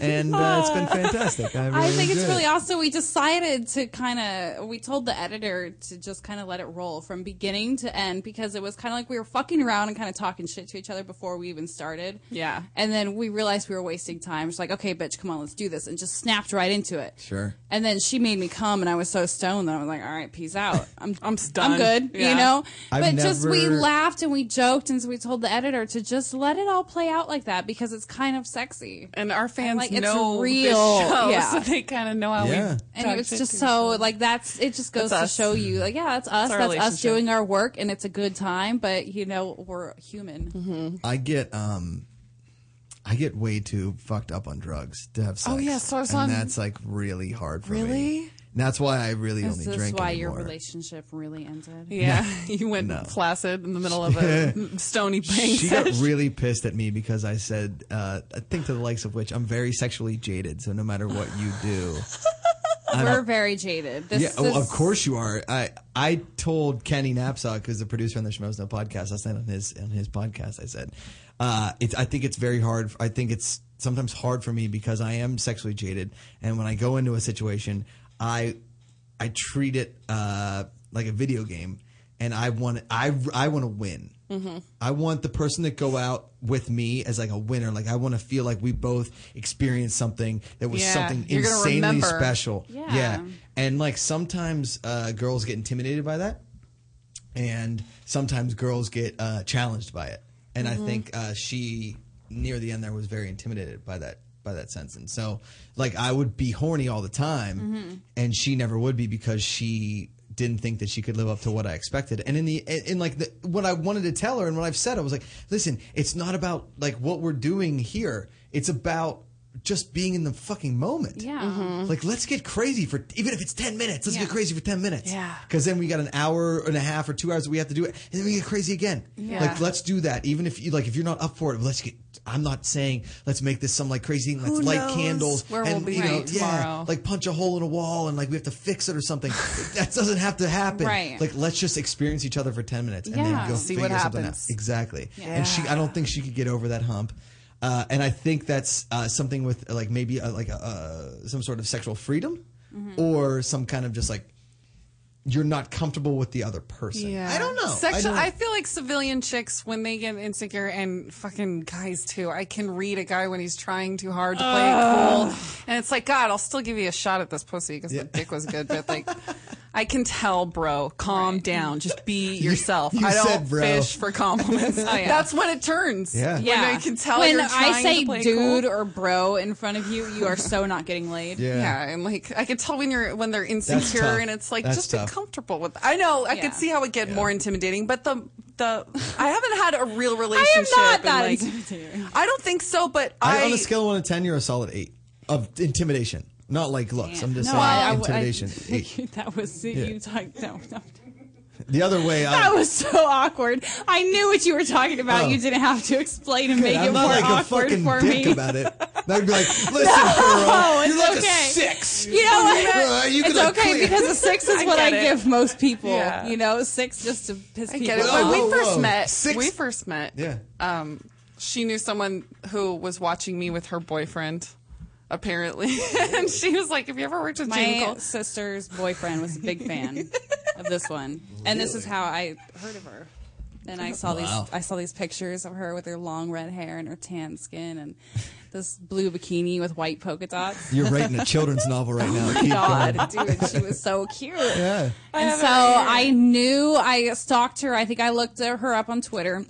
Speaker 6: and uh, it's been
Speaker 4: Ah.
Speaker 6: fantastic. I, really
Speaker 5: I think it's
Speaker 6: enjoyed
Speaker 5: really
Speaker 6: it.
Speaker 5: awesome. We decided to kind of, we told the editor to just kind of let it roll from beginning to end because it was kind of like we were fucking around and kind of talking shit to each other before we even started.
Speaker 4: Yeah.
Speaker 5: And then we realized we were wasting time. She's like, okay, bitch, come on, let's do this. And just snapped right into it.
Speaker 6: Sure.
Speaker 5: And then she made me come, and I was so stoned that I was like, "All right, peace
Speaker 4: <laughs>
Speaker 5: out. I'm I'm
Speaker 4: stunned.
Speaker 5: I'm good,
Speaker 4: Yeah.
Speaker 5: you know."
Speaker 6: I've
Speaker 5: but just we
Speaker 6: never-
Speaker 5: laughed and we joked, and so we told the editor to just let it all play out like that because it's kind of sexy.
Speaker 4: And our fans
Speaker 5: like, it's
Speaker 4: know
Speaker 5: real.
Speaker 4: this show,
Speaker 5: Yeah.
Speaker 4: so they kind of know how
Speaker 6: Yeah.
Speaker 4: we.
Speaker 5: and
Speaker 4: talk
Speaker 5: it's
Speaker 4: shit
Speaker 5: just
Speaker 4: to
Speaker 5: so like that's it just goes
Speaker 4: That's
Speaker 5: to
Speaker 4: us.
Speaker 5: show you like yeah that's us
Speaker 4: our
Speaker 5: that's us
Speaker 4: relationship.
Speaker 5: doing our work and it's a good time but you know we're human
Speaker 6: I get um, I get way too fucked up on drugs to have sex.
Speaker 4: Oh, yeah, so I was
Speaker 6: and
Speaker 4: on-
Speaker 6: that's like really hard for me.
Speaker 4: Really?
Speaker 6: And that's why I really
Speaker 5: this
Speaker 6: only
Speaker 5: is
Speaker 6: drink
Speaker 5: why
Speaker 6: anymore.
Speaker 5: your relationship really ended
Speaker 4: Yeah, <laughs> you went placid in the middle of
Speaker 6: <laughs>
Speaker 4: a stony bang
Speaker 6: she got
Speaker 4: session.
Speaker 6: really pissed at me because I said uh, a thing to the likes of which I'm very sexually jaded. So no matter what you do,
Speaker 5: <laughs>
Speaker 6: I
Speaker 5: we're
Speaker 6: don't-
Speaker 5: very jaded this,
Speaker 6: yeah, oh,
Speaker 5: this-
Speaker 6: of course you are. I I told Kenny Knapsack, who's the producer on the Schmoes No podcast, last night on his on his podcast, I said, uh, it's I think it's very hard. I think it's sometimes hard for me because I am sexually jaded, and when I go into a situation, I I treat it uh, like a video game, and I want I I want to win. I want the person to go out with me as like a winner. Like I want to feel like we both experienced something that was
Speaker 4: Yeah,
Speaker 6: something
Speaker 4: you're gonna
Speaker 6: insanely
Speaker 4: remember.
Speaker 6: special.
Speaker 5: Yeah.
Speaker 6: And like sometimes uh, girls get intimidated by that, and sometimes girls get uh, challenged by it. And I think uh, she near the end there was very intimidated by that by that sense. And so like I would be horny all the time, and she never would be because she didn't think that she could live up to what I expected. And in the in in, like the, what I wanted to tell her and what I've said, I was like, listen, it's not about like what we're doing here. It's about just being in the fucking moment.
Speaker 5: yeah
Speaker 4: Mm-hmm.
Speaker 6: Like, let's get crazy for even if it's 10 minutes, let's
Speaker 5: Yeah.
Speaker 6: get crazy for 10 minutes.
Speaker 4: Yeah.
Speaker 6: Because then we got an hour and a half or two hours that we have to do it. And then we get crazy again.
Speaker 4: Yeah.
Speaker 6: Like, let's do that. Even if you, like, if you're not up for it, let's get, I'm not saying let's make this some like crazy thing. Let's
Speaker 4: Who
Speaker 6: light
Speaker 4: knows
Speaker 6: candles
Speaker 4: where
Speaker 6: and,
Speaker 4: we'll be
Speaker 6: you know,
Speaker 4: right
Speaker 6: yeah,
Speaker 4: tomorrow.
Speaker 6: like punch a hole in a wall and like we have to fix it
Speaker 4: <laughs>
Speaker 6: or something. that doesn't have to happen.
Speaker 5: Right.
Speaker 6: Like, let's just experience each other for 10 minutes and
Speaker 5: Yeah.
Speaker 6: then go
Speaker 4: See
Speaker 6: figure
Speaker 4: what
Speaker 6: something
Speaker 4: happens.
Speaker 6: out. Exactly.
Speaker 4: Yeah.
Speaker 6: And she, I don't think she could get over that hump. Uh, and I think that's uh, something with uh, like maybe uh, like a, uh, some sort of sexual freedom
Speaker 5: Mm-hmm.
Speaker 6: or some kind of just like you're not comfortable with the other person. I don't know. I,
Speaker 4: Sexual,
Speaker 6: don't-
Speaker 4: I, feel like civilian chicks when they get insecure, and fucking guys too. I can read a guy when he's trying too hard to <laughs> play it cool, and it's like, God, I'll still give you a shot at this pussy because the dick was good, but like, I can tell, bro. Calm down. Just <laughs> be
Speaker 6: You-
Speaker 4: yourself.
Speaker 6: you
Speaker 4: I don't
Speaker 6: said bro.
Speaker 4: fish for <laughs> compliments.
Speaker 5: I am.
Speaker 4: That's when it turns. When I can tell
Speaker 5: when
Speaker 4: you're
Speaker 5: I
Speaker 4: trying to
Speaker 5: say
Speaker 4: play
Speaker 5: dude
Speaker 4: cool.
Speaker 5: or bro in front of you, you are so not getting laid.
Speaker 4: Yeah. I'm like I could tell when you're when they're insecure
Speaker 5: tough.
Speaker 4: and it's like
Speaker 5: That's
Speaker 4: just
Speaker 5: tough.
Speaker 4: be comfortable with I know I
Speaker 5: Yeah.
Speaker 4: could see how it get more intimidating, but the the I haven't had a real relationship.
Speaker 5: <laughs> I am not
Speaker 4: and,
Speaker 5: that
Speaker 4: like,
Speaker 5: <laughs> intimidating.
Speaker 4: I don't think so, but I,
Speaker 6: I, on a scale of one to ten, you're a solid eight of intimidation, not like looks. I'm just
Speaker 5: No,
Speaker 6: saying
Speaker 5: I- I- I-
Speaker 6: intimidation.
Speaker 5: <laughs>
Speaker 6: eight.
Speaker 5: that was
Speaker 6: Yeah.
Speaker 5: you talking. No, no.
Speaker 6: The other way, I,
Speaker 5: That was so <laughs> awkward. I knew what you were talking about.
Speaker 6: Oh.
Speaker 5: You didn't have to explain and
Speaker 6: Good,
Speaker 5: make
Speaker 6: I'm
Speaker 5: it
Speaker 6: not
Speaker 5: more
Speaker 6: like a
Speaker 5: awkward
Speaker 6: fucking
Speaker 5: for
Speaker 6: dick
Speaker 5: me.
Speaker 6: about it.
Speaker 5: <laughs>
Speaker 6: That'd be like, listen,
Speaker 5: no,
Speaker 6: girl,
Speaker 5: it's
Speaker 6: you're like
Speaker 5: okay.
Speaker 6: a six.
Speaker 5: You know what?
Speaker 6: Uh, you
Speaker 5: it's
Speaker 6: could, like,
Speaker 5: okay
Speaker 6: clear-
Speaker 5: because a <laughs> six is
Speaker 4: I
Speaker 5: what I,
Speaker 4: get it.
Speaker 5: give most people.
Speaker 4: Yeah.
Speaker 5: You know, six just to piss
Speaker 4: I
Speaker 5: people
Speaker 4: get it.
Speaker 5: off.
Speaker 4: When we first met, we first met.
Speaker 6: Yeah.
Speaker 4: Um, she knew someone who was watching me with her boyfriend, apparently, <laughs> and she was like, "Have you ever worked with
Speaker 5: my
Speaker 4: Jane Cole?"
Speaker 5: sister's boyfriend was a big fan of this one, and this is how I heard of her. And I saw
Speaker 4: Wow.
Speaker 5: these I saw these pictures of her with her long red hair and her tan skin and this blue bikini with white polka dots. <laughs>
Speaker 6: You're writing a children's novel right now.
Speaker 5: Oh my
Speaker 6: Keep
Speaker 5: god,
Speaker 6: going.
Speaker 5: dude, she was so cute.
Speaker 6: Yeah.
Speaker 5: And so I knew I stalked her. I think I looked her up on Twitter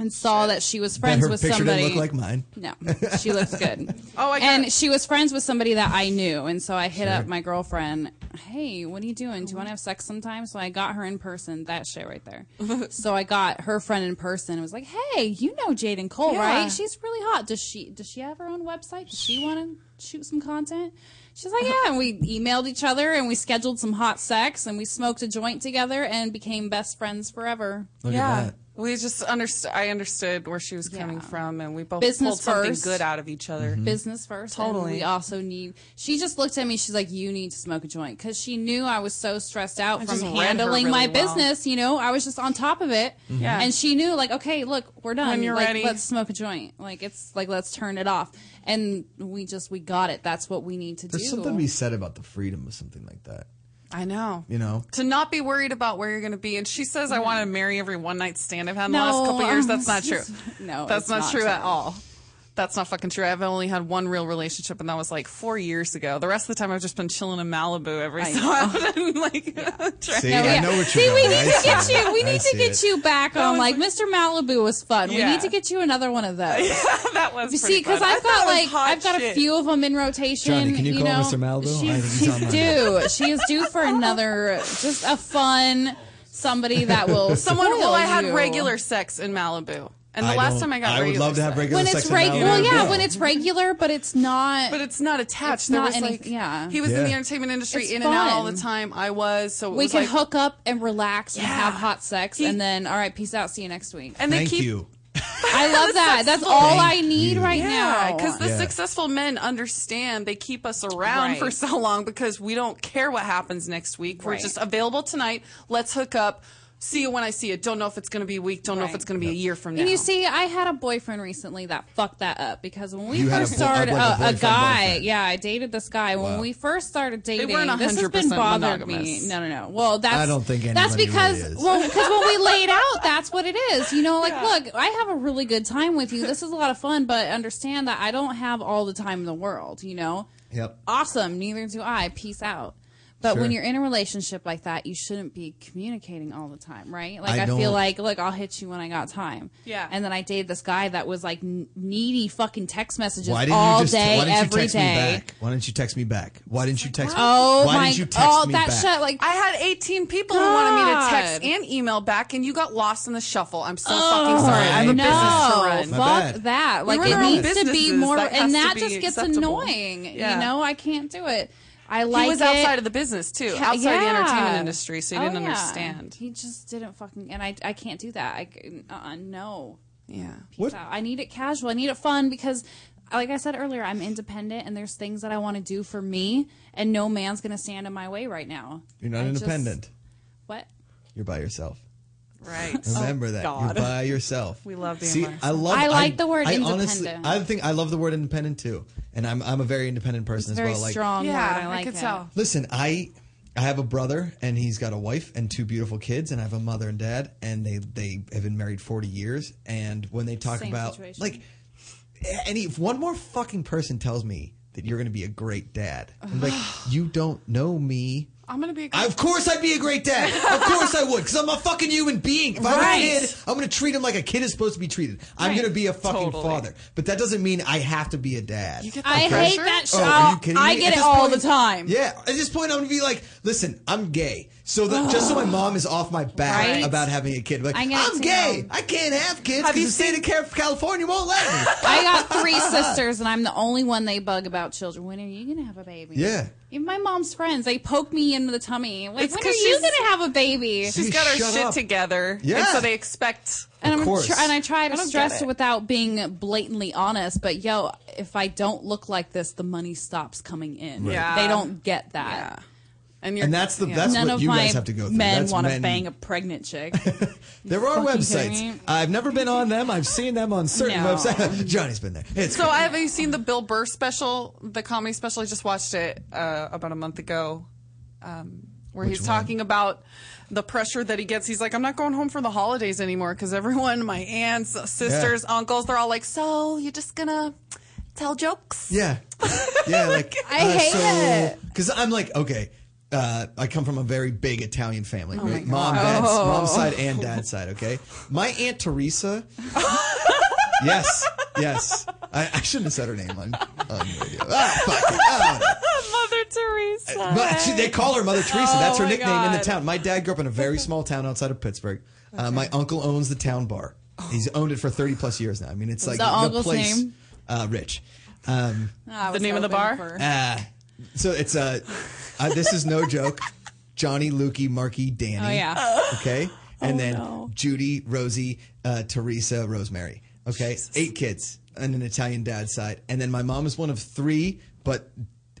Speaker 5: and saw that she was
Speaker 6: But
Speaker 5: friends
Speaker 6: her
Speaker 5: with
Speaker 6: picture
Speaker 5: somebody.
Speaker 6: didn't look like mine.
Speaker 5: No, she looks good.
Speaker 4: <laughs> oh, I
Speaker 5: and she was friends with somebody that I knew, and so I hit
Speaker 6: Sure.
Speaker 5: up my girlfriend. Hey, what are you doing? Do you want to have sex sometime? So I got her in person. That shit right there.
Speaker 4: <laughs>
Speaker 5: so I got her friend in person. and was like, hey, you know Jaden Cole,
Speaker 4: Yeah.
Speaker 5: right? She's really hot. Does she? Does she have her own website? Does she want to shoot some content? She's like, yeah. And we emailed each other, and we scheduled some hot sex, and we smoked a joint together, and became best friends forever.
Speaker 6: Look at
Speaker 4: yeah.
Speaker 6: that.
Speaker 4: We just understood. I understood where she was coming from, and we both
Speaker 5: Business
Speaker 4: pulled something
Speaker 5: first.
Speaker 4: good out of each other.
Speaker 5: business first. Totally.
Speaker 4: Totally.
Speaker 5: we also need. She just looked at me. She's like, "You need to smoke a joint," because she knew I was so stressed out
Speaker 4: I
Speaker 5: from
Speaker 4: just ran her
Speaker 5: handling my
Speaker 4: really well.
Speaker 5: business. You know, I was just on top of it.
Speaker 4: Mhm. Yeah.
Speaker 5: And she knew, like, okay, look, we're done.
Speaker 4: When you're
Speaker 5: like,
Speaker 4: ready.
Speaker 5: let's smoke a joint. Like, it's like let's turn it off. And we just we got it. That's what we need to
Speaker 6: There's
Speaker 5: do.
Speaker 6: something to be said about the freedom of something like that.
Speaker 4: I know.
Speaker 6: You know,
Speaker 4: To not be worried about where you're going to be, and she says, "I want to marry every one night stand I've had in the
Speaker 5: Mm-hmm. No,
Speaker 4: last couple of years."
Speaker 5: um,
Speaker 4: That's not true.
Speaker 5: <laughs> no,
Speaker 4: that's
Speaker 5: it's
Speaker 4: not,
Speaker 5: not
Speaker 4: true, at
Speaker 5: true.
Speaker 4: all. That's not fucking true. I've only had one real relationship, and that was like four years ago. The rest of the time, I've just been chilling in Malibu every
Speaker 5: I
Speaker 4: so
Speaker 5: know.
Speaker 4: often. <laughs> like, trying-
Speaker 6: See, I know what you're
Speaker 5: See, we
Speaker 6: doing.
Speaker 5: need
Speaker 6: I
Speaker 5: to
Speaker 6: see
Speaker 5: get
Speaker 6: it.
Speaker 5: you. We
Speaker 6: I
Speaker 5: need to
Speaker 6: see
Speaker 5: get
Speaker 6: it.
Speaker 5: you back
Speaker 4: That was
Speaker 5: on. Like, Mr. Malibu was fun. We
Speaker 4: Yeah.
Speaker 5: need to get you another one of
Speaker 4: <laughs>
Speaker 5: those.
Speaker 4: <laughs> that was.
Speaker 5: You see,
Speaker 4: pretty fun.
Speaker 5: because
Speaker 4: I
Speaker 5: I've
Speaker 4: thought
Speaker 5: got
Speaker 4: it was
Speaker 5: like
Speaker 4: hot
Speaker 5: I've got a
Speaker 4: shit.
Speaker 5: few of them in rotation.
Speaker 6: Johnny, can you call
Speaker 5: know,
Speaker 6: Mr. Malibu?
Speaker 5: She's,
Speaker 6: I think
Speaker 5: she's
Speaker 6: he's
Speaker 5: <laughs>
Speaker 6: on my-
Speaker 5: due. She is due for another, just a fun somebody that
Speaker 4: <laughs>
Speaker 5: will.
Speaker 4: Someone.
Speaker 5: spoil
Speaker 4: Well, I had
Speaker 5: you.
Speaker 4: regular sex in Malibu, and the
Speaker 6: I
Speaker 4: last
Speaker 6: don't-
Speaker 4: time I got
Speaker 6: I would
Speaker 4: regular
Speaker 6: love to have
Speaker 4: sex-
Speaker 6: regular
Speaker 5: When
Speaker 6: sex
Speaker 5: it's
Speaker 6: in
Speaker 5: regular, well,
Speaker 6: Malibu.
Speaker 5: yeah,
Speaker 6: Yeah.
Speaker 5: when it's regular, but it's not.
Speaker 4: But it's not attached.
Speaker 5: It's
Speaker 4: there
Speaker 5: not
Speaker 4: was
Speaker 5: any-
Speaker 4: like,
Speaker 5: yeah.
Speaker 4: He was in
Speaker 6: Yeah.
Speaker 4: the entertainment industry,
Speaker 5: It's
Speaker 4: in and out all
Speaker 5: fun.
Speaker 4: the time. I was, so it
Speaker 5: we
Speaker 4: was
Speaker 5: can
Speaker 4: like,
Speaker 5: hook up and relax and have hot sex,
Speaker 4: He-
Speaker 5: and then all right, peace out, see you next week.
Speaker 4: and they
Speaker 6: Thank
Speaker 4: keep
Speaker 6: you.
Speaker 5: I love that. That's
Speaker 4: successful.
Speaker 5: all
Speaker 6: Thank
Speaker 5: I need
Speaker 6: you.
Speaker 5: right
Speaker 4: Yeah,
Speaker 5: now.
Speaker 4: because the
Speaker 6: Yeah.
Speaker 4: successful men understand they keep us around
Speaker 5: Right.
Speaker 4: for so long because we don't care what happens next week. We're
Speaker 5: Right.
Speaker 4: just available tonight. Let's hook up. See you when I see you. Don't know if it's going to be a week. Don't know
Speaker 5: Right.
Speaker 4: if it's going to be a year from now.
Speaker 5: And you see, I had a boyfriend recently that fucked that up because when we
Speaker 4: You had
Speaker 5: first
Speaker 4: a bo-
Speaker 5: started,
Speaker 4: like
Speaker 5: uh,
Speaker 4: a
Speaker 5: a, a
Speaker 4: boyfriend,
Speaker 5: guy,
Speaker 4: boyfriend.
Speaker 5: yeah, I dated this guy. When
Speaker 4: Wow.
Speaker 5: we first started dating,
Speaker 4: weren't
Speaker 5: this has
Speaker 4: 100%
Speaker 5: been bothered me.
Speaker 4: monogamous.
Speaker 5: No, no, no. Well, that's
Speaker 6: I don't think
Speaker 5: that's
Speaker 6: anybody
Speaker 5: because
Speaker 6: really is.
Speaker 5: well,
Speaker 4: <laughs>
Speaker 5: because when we laid out, that's what it is. You know, like, look, I have a really good time with you. This is a lot of fun, but understand that I don't have all the time in the world. You know,
Speaker 6: Yep.
Speaker 5: awesome. Neither do I. Peace out. But
Speaker 6: Sure.
Speaker 5: when you're in a relationship like that, you shouldn't be communicating all the time, right? Like
Speaker 6: I
Speaker 5: I, feel
Speaker 6: don't-
Speaker 5: like, look, I'll hit you when I got time.
Speaker 4: Yeah.
Speaker 5: And then I dated this guy that was like n- needy fucking text messages
Speaker 6: Why didn't
Speaker 5: all
Speaker 6: you just
Speaker 5: day,
Speaker 6: why didn't you
Speaker 5: every
Speaker 6: text me
Speaker 5: day.
Speaker 6: back? Why didn't you text me back? Why didn't you text me?
Speaker 5: Oh
Speaker 6: why
Speaker 5: my!
Speaker 6: didn't you text
Speaker 5: oh,
Speaker 6: me
Speaker 5: that
Speaker 6: back?
Speaker 5: shit! Like
Speaker 4: I had 18 people who wanted me to text
Speaker 5: God.
Speaker 4: and email back, and you got lost in the shuffle. I'm so
Speaker 5: Oh,
Speaker 4: fucking sorry. I have a
Speaker 5: no,
Speaker 4: business to run.
Speaker 5: Fuck that! Like
Speaker 4: We
Speaker 5: it
Speaker 4: run our own
Speaker 5: needs to be
Speaker 4: businesses.
Speaker 5: more,
Speaker 4: That has
Speaker 5: and
Speaker 4: to
Speaker 5: that
Speaker 4: be
Speaker 5: just gets
Speaker 4: acceptable.
Speaker 5: annoying.
Speaker 4: Yeah.
Speaker 5: You know, I can't do it. I like
Speaker 4: he was
Speaker 5: it.
Speaker 4: outside of the business too,
Speaker 5: Yeah,
Speaker 4: outside the entertainment
Speaker 5: yeah.
Speaker 4: industry, so he
Speaker 5: Oh,
Speaker 4: didn't
Speaker 5: yeah.
Speaker 4: understand.
Speaker 5: He just didn't fucking, and I, I can't do that. I, c- uh-uh, no.
Speaker 4: Yeah.
Speaker 5: Peace out. I need it casual. I need it fun because, like I said earlier, I'm independent, and there's things that I want to do for me, and no man's gonna stand in my way right now.
Speaker 6: You're not
Speaker 5: I just-
Speaker 6: independent.
Speaker 5: what?
Speaker 6: You're by yourself.
Speaker 4: <laughs> Right.
Speaker 6: Remember that
Speaker 4: God.
Speaker 6: you're by yourself.
Speaker 4: We love being
Speaker 6: See,
Speaker 4: by
Speaker 6: I love.
Speaker 5: Oh, I like the word
Speaker 6: I Honestly,
Speaker 5: independent.
Speaker 6: I think I love the word independent too, and I'm I'm a very independent
Speaker 5: It's
Speaker 6: person as
Speaker 5: very
Speaker 6: well. Like,
Speaker 5: strong
Speaker 4: Yeah,
Speaker 5: word. I
Speaker 4: I
Speaker 5: like
Speaker 4: could
Speaker 5: it.
Speaker 4: tell.
Speaker 6: listen, I I have a brother, and he's got a wife and two beautiful kids, and I have a mother and dad, and they they have been married 40 years, and when they talk
Speaker 5: Same
Speaker 6: about
Speaker 5: situation.
Speaker 6: like any if one
Speaker 4: <sighs>
Speaker 6: more fucking person tells me that you're going to be a great dad, I'm like you don't know me.
Speaker 4: I'm gonna be. A
Speaker 6: Of course I'd be a
Speaker 4: <laughs>
Speaker 6: great dad. Of course I would, because I'm a fucking human being. If I'm
Speaker 4: Right.
Speaker 6: a kid, I'm going to treat him like a kid is supposed to be treated. I'm
Speaker 4: Right.
Speaker 6: going to be a fucking
Speaker 4: Totally.
Speaker 6: father. But that doesn't mean I have to be a dad.
Speaker 4: You get
Speaker 5: I
Speaker 6: Okay?
Speaker 5: hate that show.
Speaker 6: Oh, are you kidding
Speaker 5: I
Speaker 6: me?
Speaker 5: get
Speaker 6: At
Speaker 5: it
Speaker 6: this
Speaker 5: all
Speaker 6: point-
Speaker 5: the time.
Speaker 6: Yeah, at this point, I'm gonna be like, listen, I'm gay. So that, just
Speaker 5: <sighs>
Speaker 6: so my mom is off my back
Speaker 5: Right.
Speaker 6: about having a kid, like
Speaker 5: I
Speaker 6: I'm
Speaker 5: get it too.
Speaker 6: gay. I can't have kids because the state of Cal- California won't let me.
Speaker 5: <laughs> I got three sisters, and I'm the only one they bug about children. When are you going to have a baby?
Speaker 6: Yeah.
Speaker 5: Even my mom's friends, they poke me in the tummy. Like,
Speaker 4: It's
Speaker 5: when are
Speaker 4: 'cause
Speaker 5: you
Speaker 4: she's-
Speaker 5: going to have a baby?
Speaker 4: She's got her shit together.
Speaker 5: Yeah.
Speaker 4: And so they expect.
Speaker 5: And, I'm tr- and I try
Speaker 4: I
Speaker 5: to
Speaker 4: don't
Speaker 5: stress
Speaker 4: get
Speaker 5: it
Speaker 4: it.
Speaker 5: without being blatantly honest, but yo, if I don't look like this, the money stops coming in.
Speaker 6: Right. Yeah.
Speaker 5: They don't get that.
Speaker 4: And,
Speaker 6: you're- And that's the- yeah. that's
Speaker 5: None
Speaker 6: what
Speaker 5: of
Speaker 6: you
Speaker 5: my
Speaker 6: guys have to go through.
Speaker 5: Men
Speaker 6: That's
Speaker 5: want to
Speaker 6: men-
Speaker 5: bang a pregnant
Speaker 6: <laughs>
Speaker 5: chick.
Speaker 6: There are
Speaker 5: Fucking kidding
Speaker 6: websites.
Speaker 5: me?
Speaker 6: I've never been on them. I've seen them on certain
Speaker 4: No.
Speaker 6: websites. <laughs> Johnny's been there. It's
Speaker 4: so I have you seen the Bill Burr special, the comedy special? I just watched it uh, about a month ago, um, where
Speaker 6: Which
Speaker 4: he's
Speaker 6: one?
Speaker 4: talking about the pressure that he gets. He's like, I'm not going home for the holidays anymore because everyone, my aunts, sisters, uncles, they're all like, so you're just gonna tell jokes? <laughs>
Speaker 6: Yeah. Yeah, like
Speaker 4: I hate it.
Speaker 6: Cuz I'm like, okay, uh, I come from a very big Italian family.
Speaker 4: Oh my
Speaker 6: right? Mom,
Speaker 4: God.
Speaker 6: dad's,
Speaker 4: Oh.
Speaker 6: mom's side and dad's side, okay? My
Speaker 4: <laughs>
Speaker 6: aunt Teresa Yes. Yes. I, I shouldn't have said her name Uh, on, on radio. Ah, fuck.
Speaker 4: Mother Teresa.
Speaker 6: But she, they call her Mother Teresa. That's her
Speaker 4: Uh, Oh my
Speaker 6: nickname in the
Speaker 4: God.
Speaker 6: town. My dad grew up in a very small town outside of Pittsburgh. Uh, my uncle owns the town bar. He's owned it for 30 plus years now. I mean, it's
Speaker 5: What's
Speaker 6: like
Speaker 5: the
Speaker 6: the
Speaker 5: uncle's
Speaker 6: place.
Speaker 5: name?
Speaker 6: Uh, Rich. Um,
Speaker 5: Ah, I was
Speaker 4: name of the
Speaker 5: hoping
Speaker 4: bar?
Speaker 5: for-
Speaker 6: uh, so it's uh, uh, this is no joke. Johnny, Lukey, Marky, Danny.
Speaker 5: Oh, yeah.
Speaker 6: Okay. And
Speaker 5: Oh,
Speaker 6: then
Speaker 5: no.
Speaker 6: Judy, Rosie, uh, Teresa, Rosemary. Okay. Eight kids on an Italian dad's side. And then my mom is one of three, but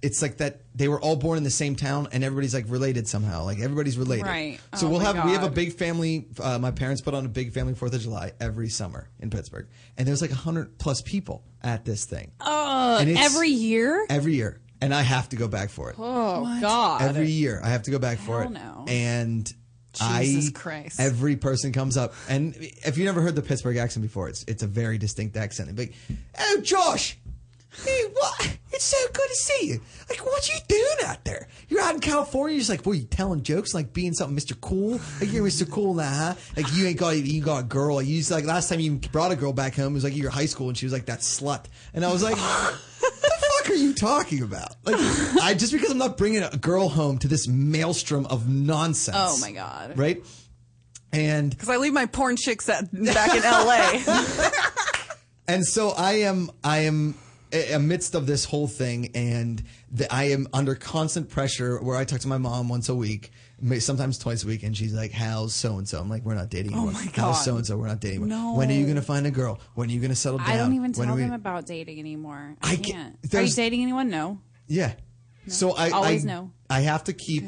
Speaker 6: it's like that they were all born in the same town and everybody's like related somehow. Like everybody's related.
Speaker 5: Right.
Speaker 6: So
Speaker 5: Oh,
Speaker 6: we'll
Speaker 5: my
Speaker 6: have, we have a
Speaker 5: God.
Speaker 6: big family. Uh, my parents put on a big family 4th of July every summer in Pittsburgh. And there's like 100 plus people at this thing.
Speaker 5: Oh,
Speaker 6: And it's-
Speaker 5: every year?
Speaker 6: Every year. And I have to go back for it.
Speaker 5: Oh, God.
Speaker 6: Every year, I have to go back for it.
Speaker 5: Hell no.
Speaker 6: And
Speaker 5: Jesus
Speaker 6: I,
Speaker 5: Christ.
Speaker 6: every person comes up, and if you never heard the Pittsburgh accent before, it's it's a very distinct accent. They're Like, oh, Josh, hey, what? It's so good to see you. Like, what you doing out there? You're out in California. You're just like, boy, you telling jokes, like being something, Mr. Cool. Like you're Mr. Cool now, huh? Like you ain't got you got a girl. You just like last time you brought a girl back home it was like your high school, and she was like that slut, and I
Speaker 5: <laughs>
Speaker 6: was like. What the fuck are you talking about? Like, I just because I'm not bringing a girl home to this maelstrom of nonsense.
Speaker 4: Oh, my God.
Speaker 6: Right? And
Speaker 4: Because I leave my porn chicks at, back in L.A.
Speaker 6: and so I am I am a- amidst of this whole thing, and the, I am under constant pressure. Where I talk to my mom once a week, may- sometimes twice a week, and she's like, "How's so and so?" I'm like, "We're not dating
Speaker 5: Oh
Speaker 6: anymore.
Speaker 5: my God.
Speaker 6: How's so and so? We're not dating anymore.
Speaker 5: No.
Speaker 6: When are you gonna find a girl? When are you gonna settle
Speaker 5: <laughs>
Speaker 6: down?
Speaker 5: I don't even
Speaker 6: When
Speaker 5: tell
Speaker 6: are we-"
Speaker 5: them about dating anymore. I,
Speaker 6: get-
Speaker 5: can't. Are you
Speaker 6: there's-
Speaker 5: dating anyone? No.
Speaker 6: Yeah. So I
Speaker 5: Always
Speaker 6: I,
Speaker 5: no.
Speaker 6: I have to keep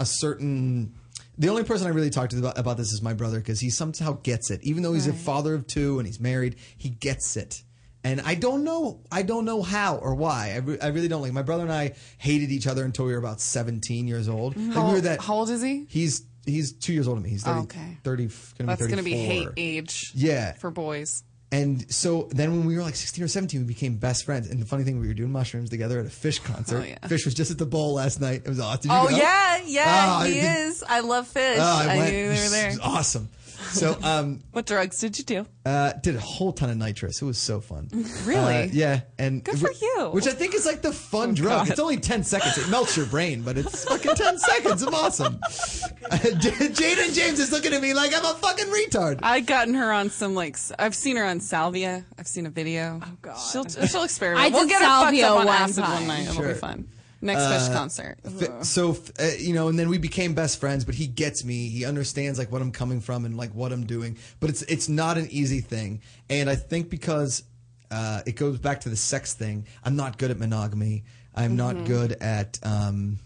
Speaker 6: a certain. The only person I really talk to about, about this is my brother because he somehow gets it. Even though he's a father of two and he's married, he gets it. And I don't know, I don't know how or why. I, re- I really don't like. My brother and I hated each other until we were about seventeen years old. Like, we
Speaker 4: Mm-hmm. How-
Speaker 6: were that.
Speaker 4: how old is he?
Speaker 6: He's he's two years older than me. He's 30,
Speaker 4: Oh, okay.
Speaker 6: 30 gonna
Speaker 4: That's
Speaker 6: be
Speaker 4: gonna be hate
Speaker 6: 34.
Speaker 4: age.
Speaker 6: Yeah.
Speaker 4: For boys.
Speaker 6: And so then when we were like 16 or 17, we became best friends. And the funny thing, we were doing mushrooms together at a Fish concert.
Speaker 4: Oh, yeah.
Speaker 6: Fish was just at the bowl last night. It was awesome. Did you
Speaker 4: Oh
Speaker 6: go?
Speaker 4: yeah, yeah,
Speaker 6: Oh, I
Speaker 4: he
Speaker 6: did-
Speaker 4: is. I love fish.
Speaker 6: Oh,
Speaker 4: I,
Speaker 6: went.
Speaker 4: knew
Speaker 6: It <laughs>
Speaker 4: they were
Speaker 6: was
Speaker 4: there.
Speaker 6: Awesome. So um,
Speaker 4: What drugs did you do?
Speaker 6: uh, did a whole ton of nitrous. It was
Speaker 4: <laughs>
Speaker 6: so fun.
Speaker 4: Really?
Speaker 6: Uh, yeah. And
Speaker 4: Good for you. Oh,
Speaker 6: Which I think is like the fun drug.
Speaker 4: God.
Speaker 6: It's only 10 seconds. It melts your brain, but it's fucking 10 seconds. I'm awesome. <laughs> Jaden James is looking at me like I'm a fucking retard.
Speaker 4: I'd gotten her on some like s- I've seen her on salvia. I've seen a video. Oh god, she'll she'll experiment.
Speaker 5: I
Speaker 4: we'll
Speaker 5: did
Speaker 4: get her fucked
Speaker 5: salvia
Speaker 4: up on
Speaker 5: one
Speaker 4: acid
Speaker 5: time.
Speaker 4: one night. It'll
Speaker 6: Sure.
Speaker 4: be fun. Next
Speaker 6: Uh,
Speaker 4: fish concert.
Speaker 6: Fi- so f- uh, you know and then we became best friends but he gets me he understands like what i'm coming from and like what i'm doing but it's it's not an easy thing and i think because uh, it goes back to the sex thing i'm not good at monogamy i'm not
Speaker 4: Mm-hmm.
Speaker 5: Mhm.
Speaker 6: good at um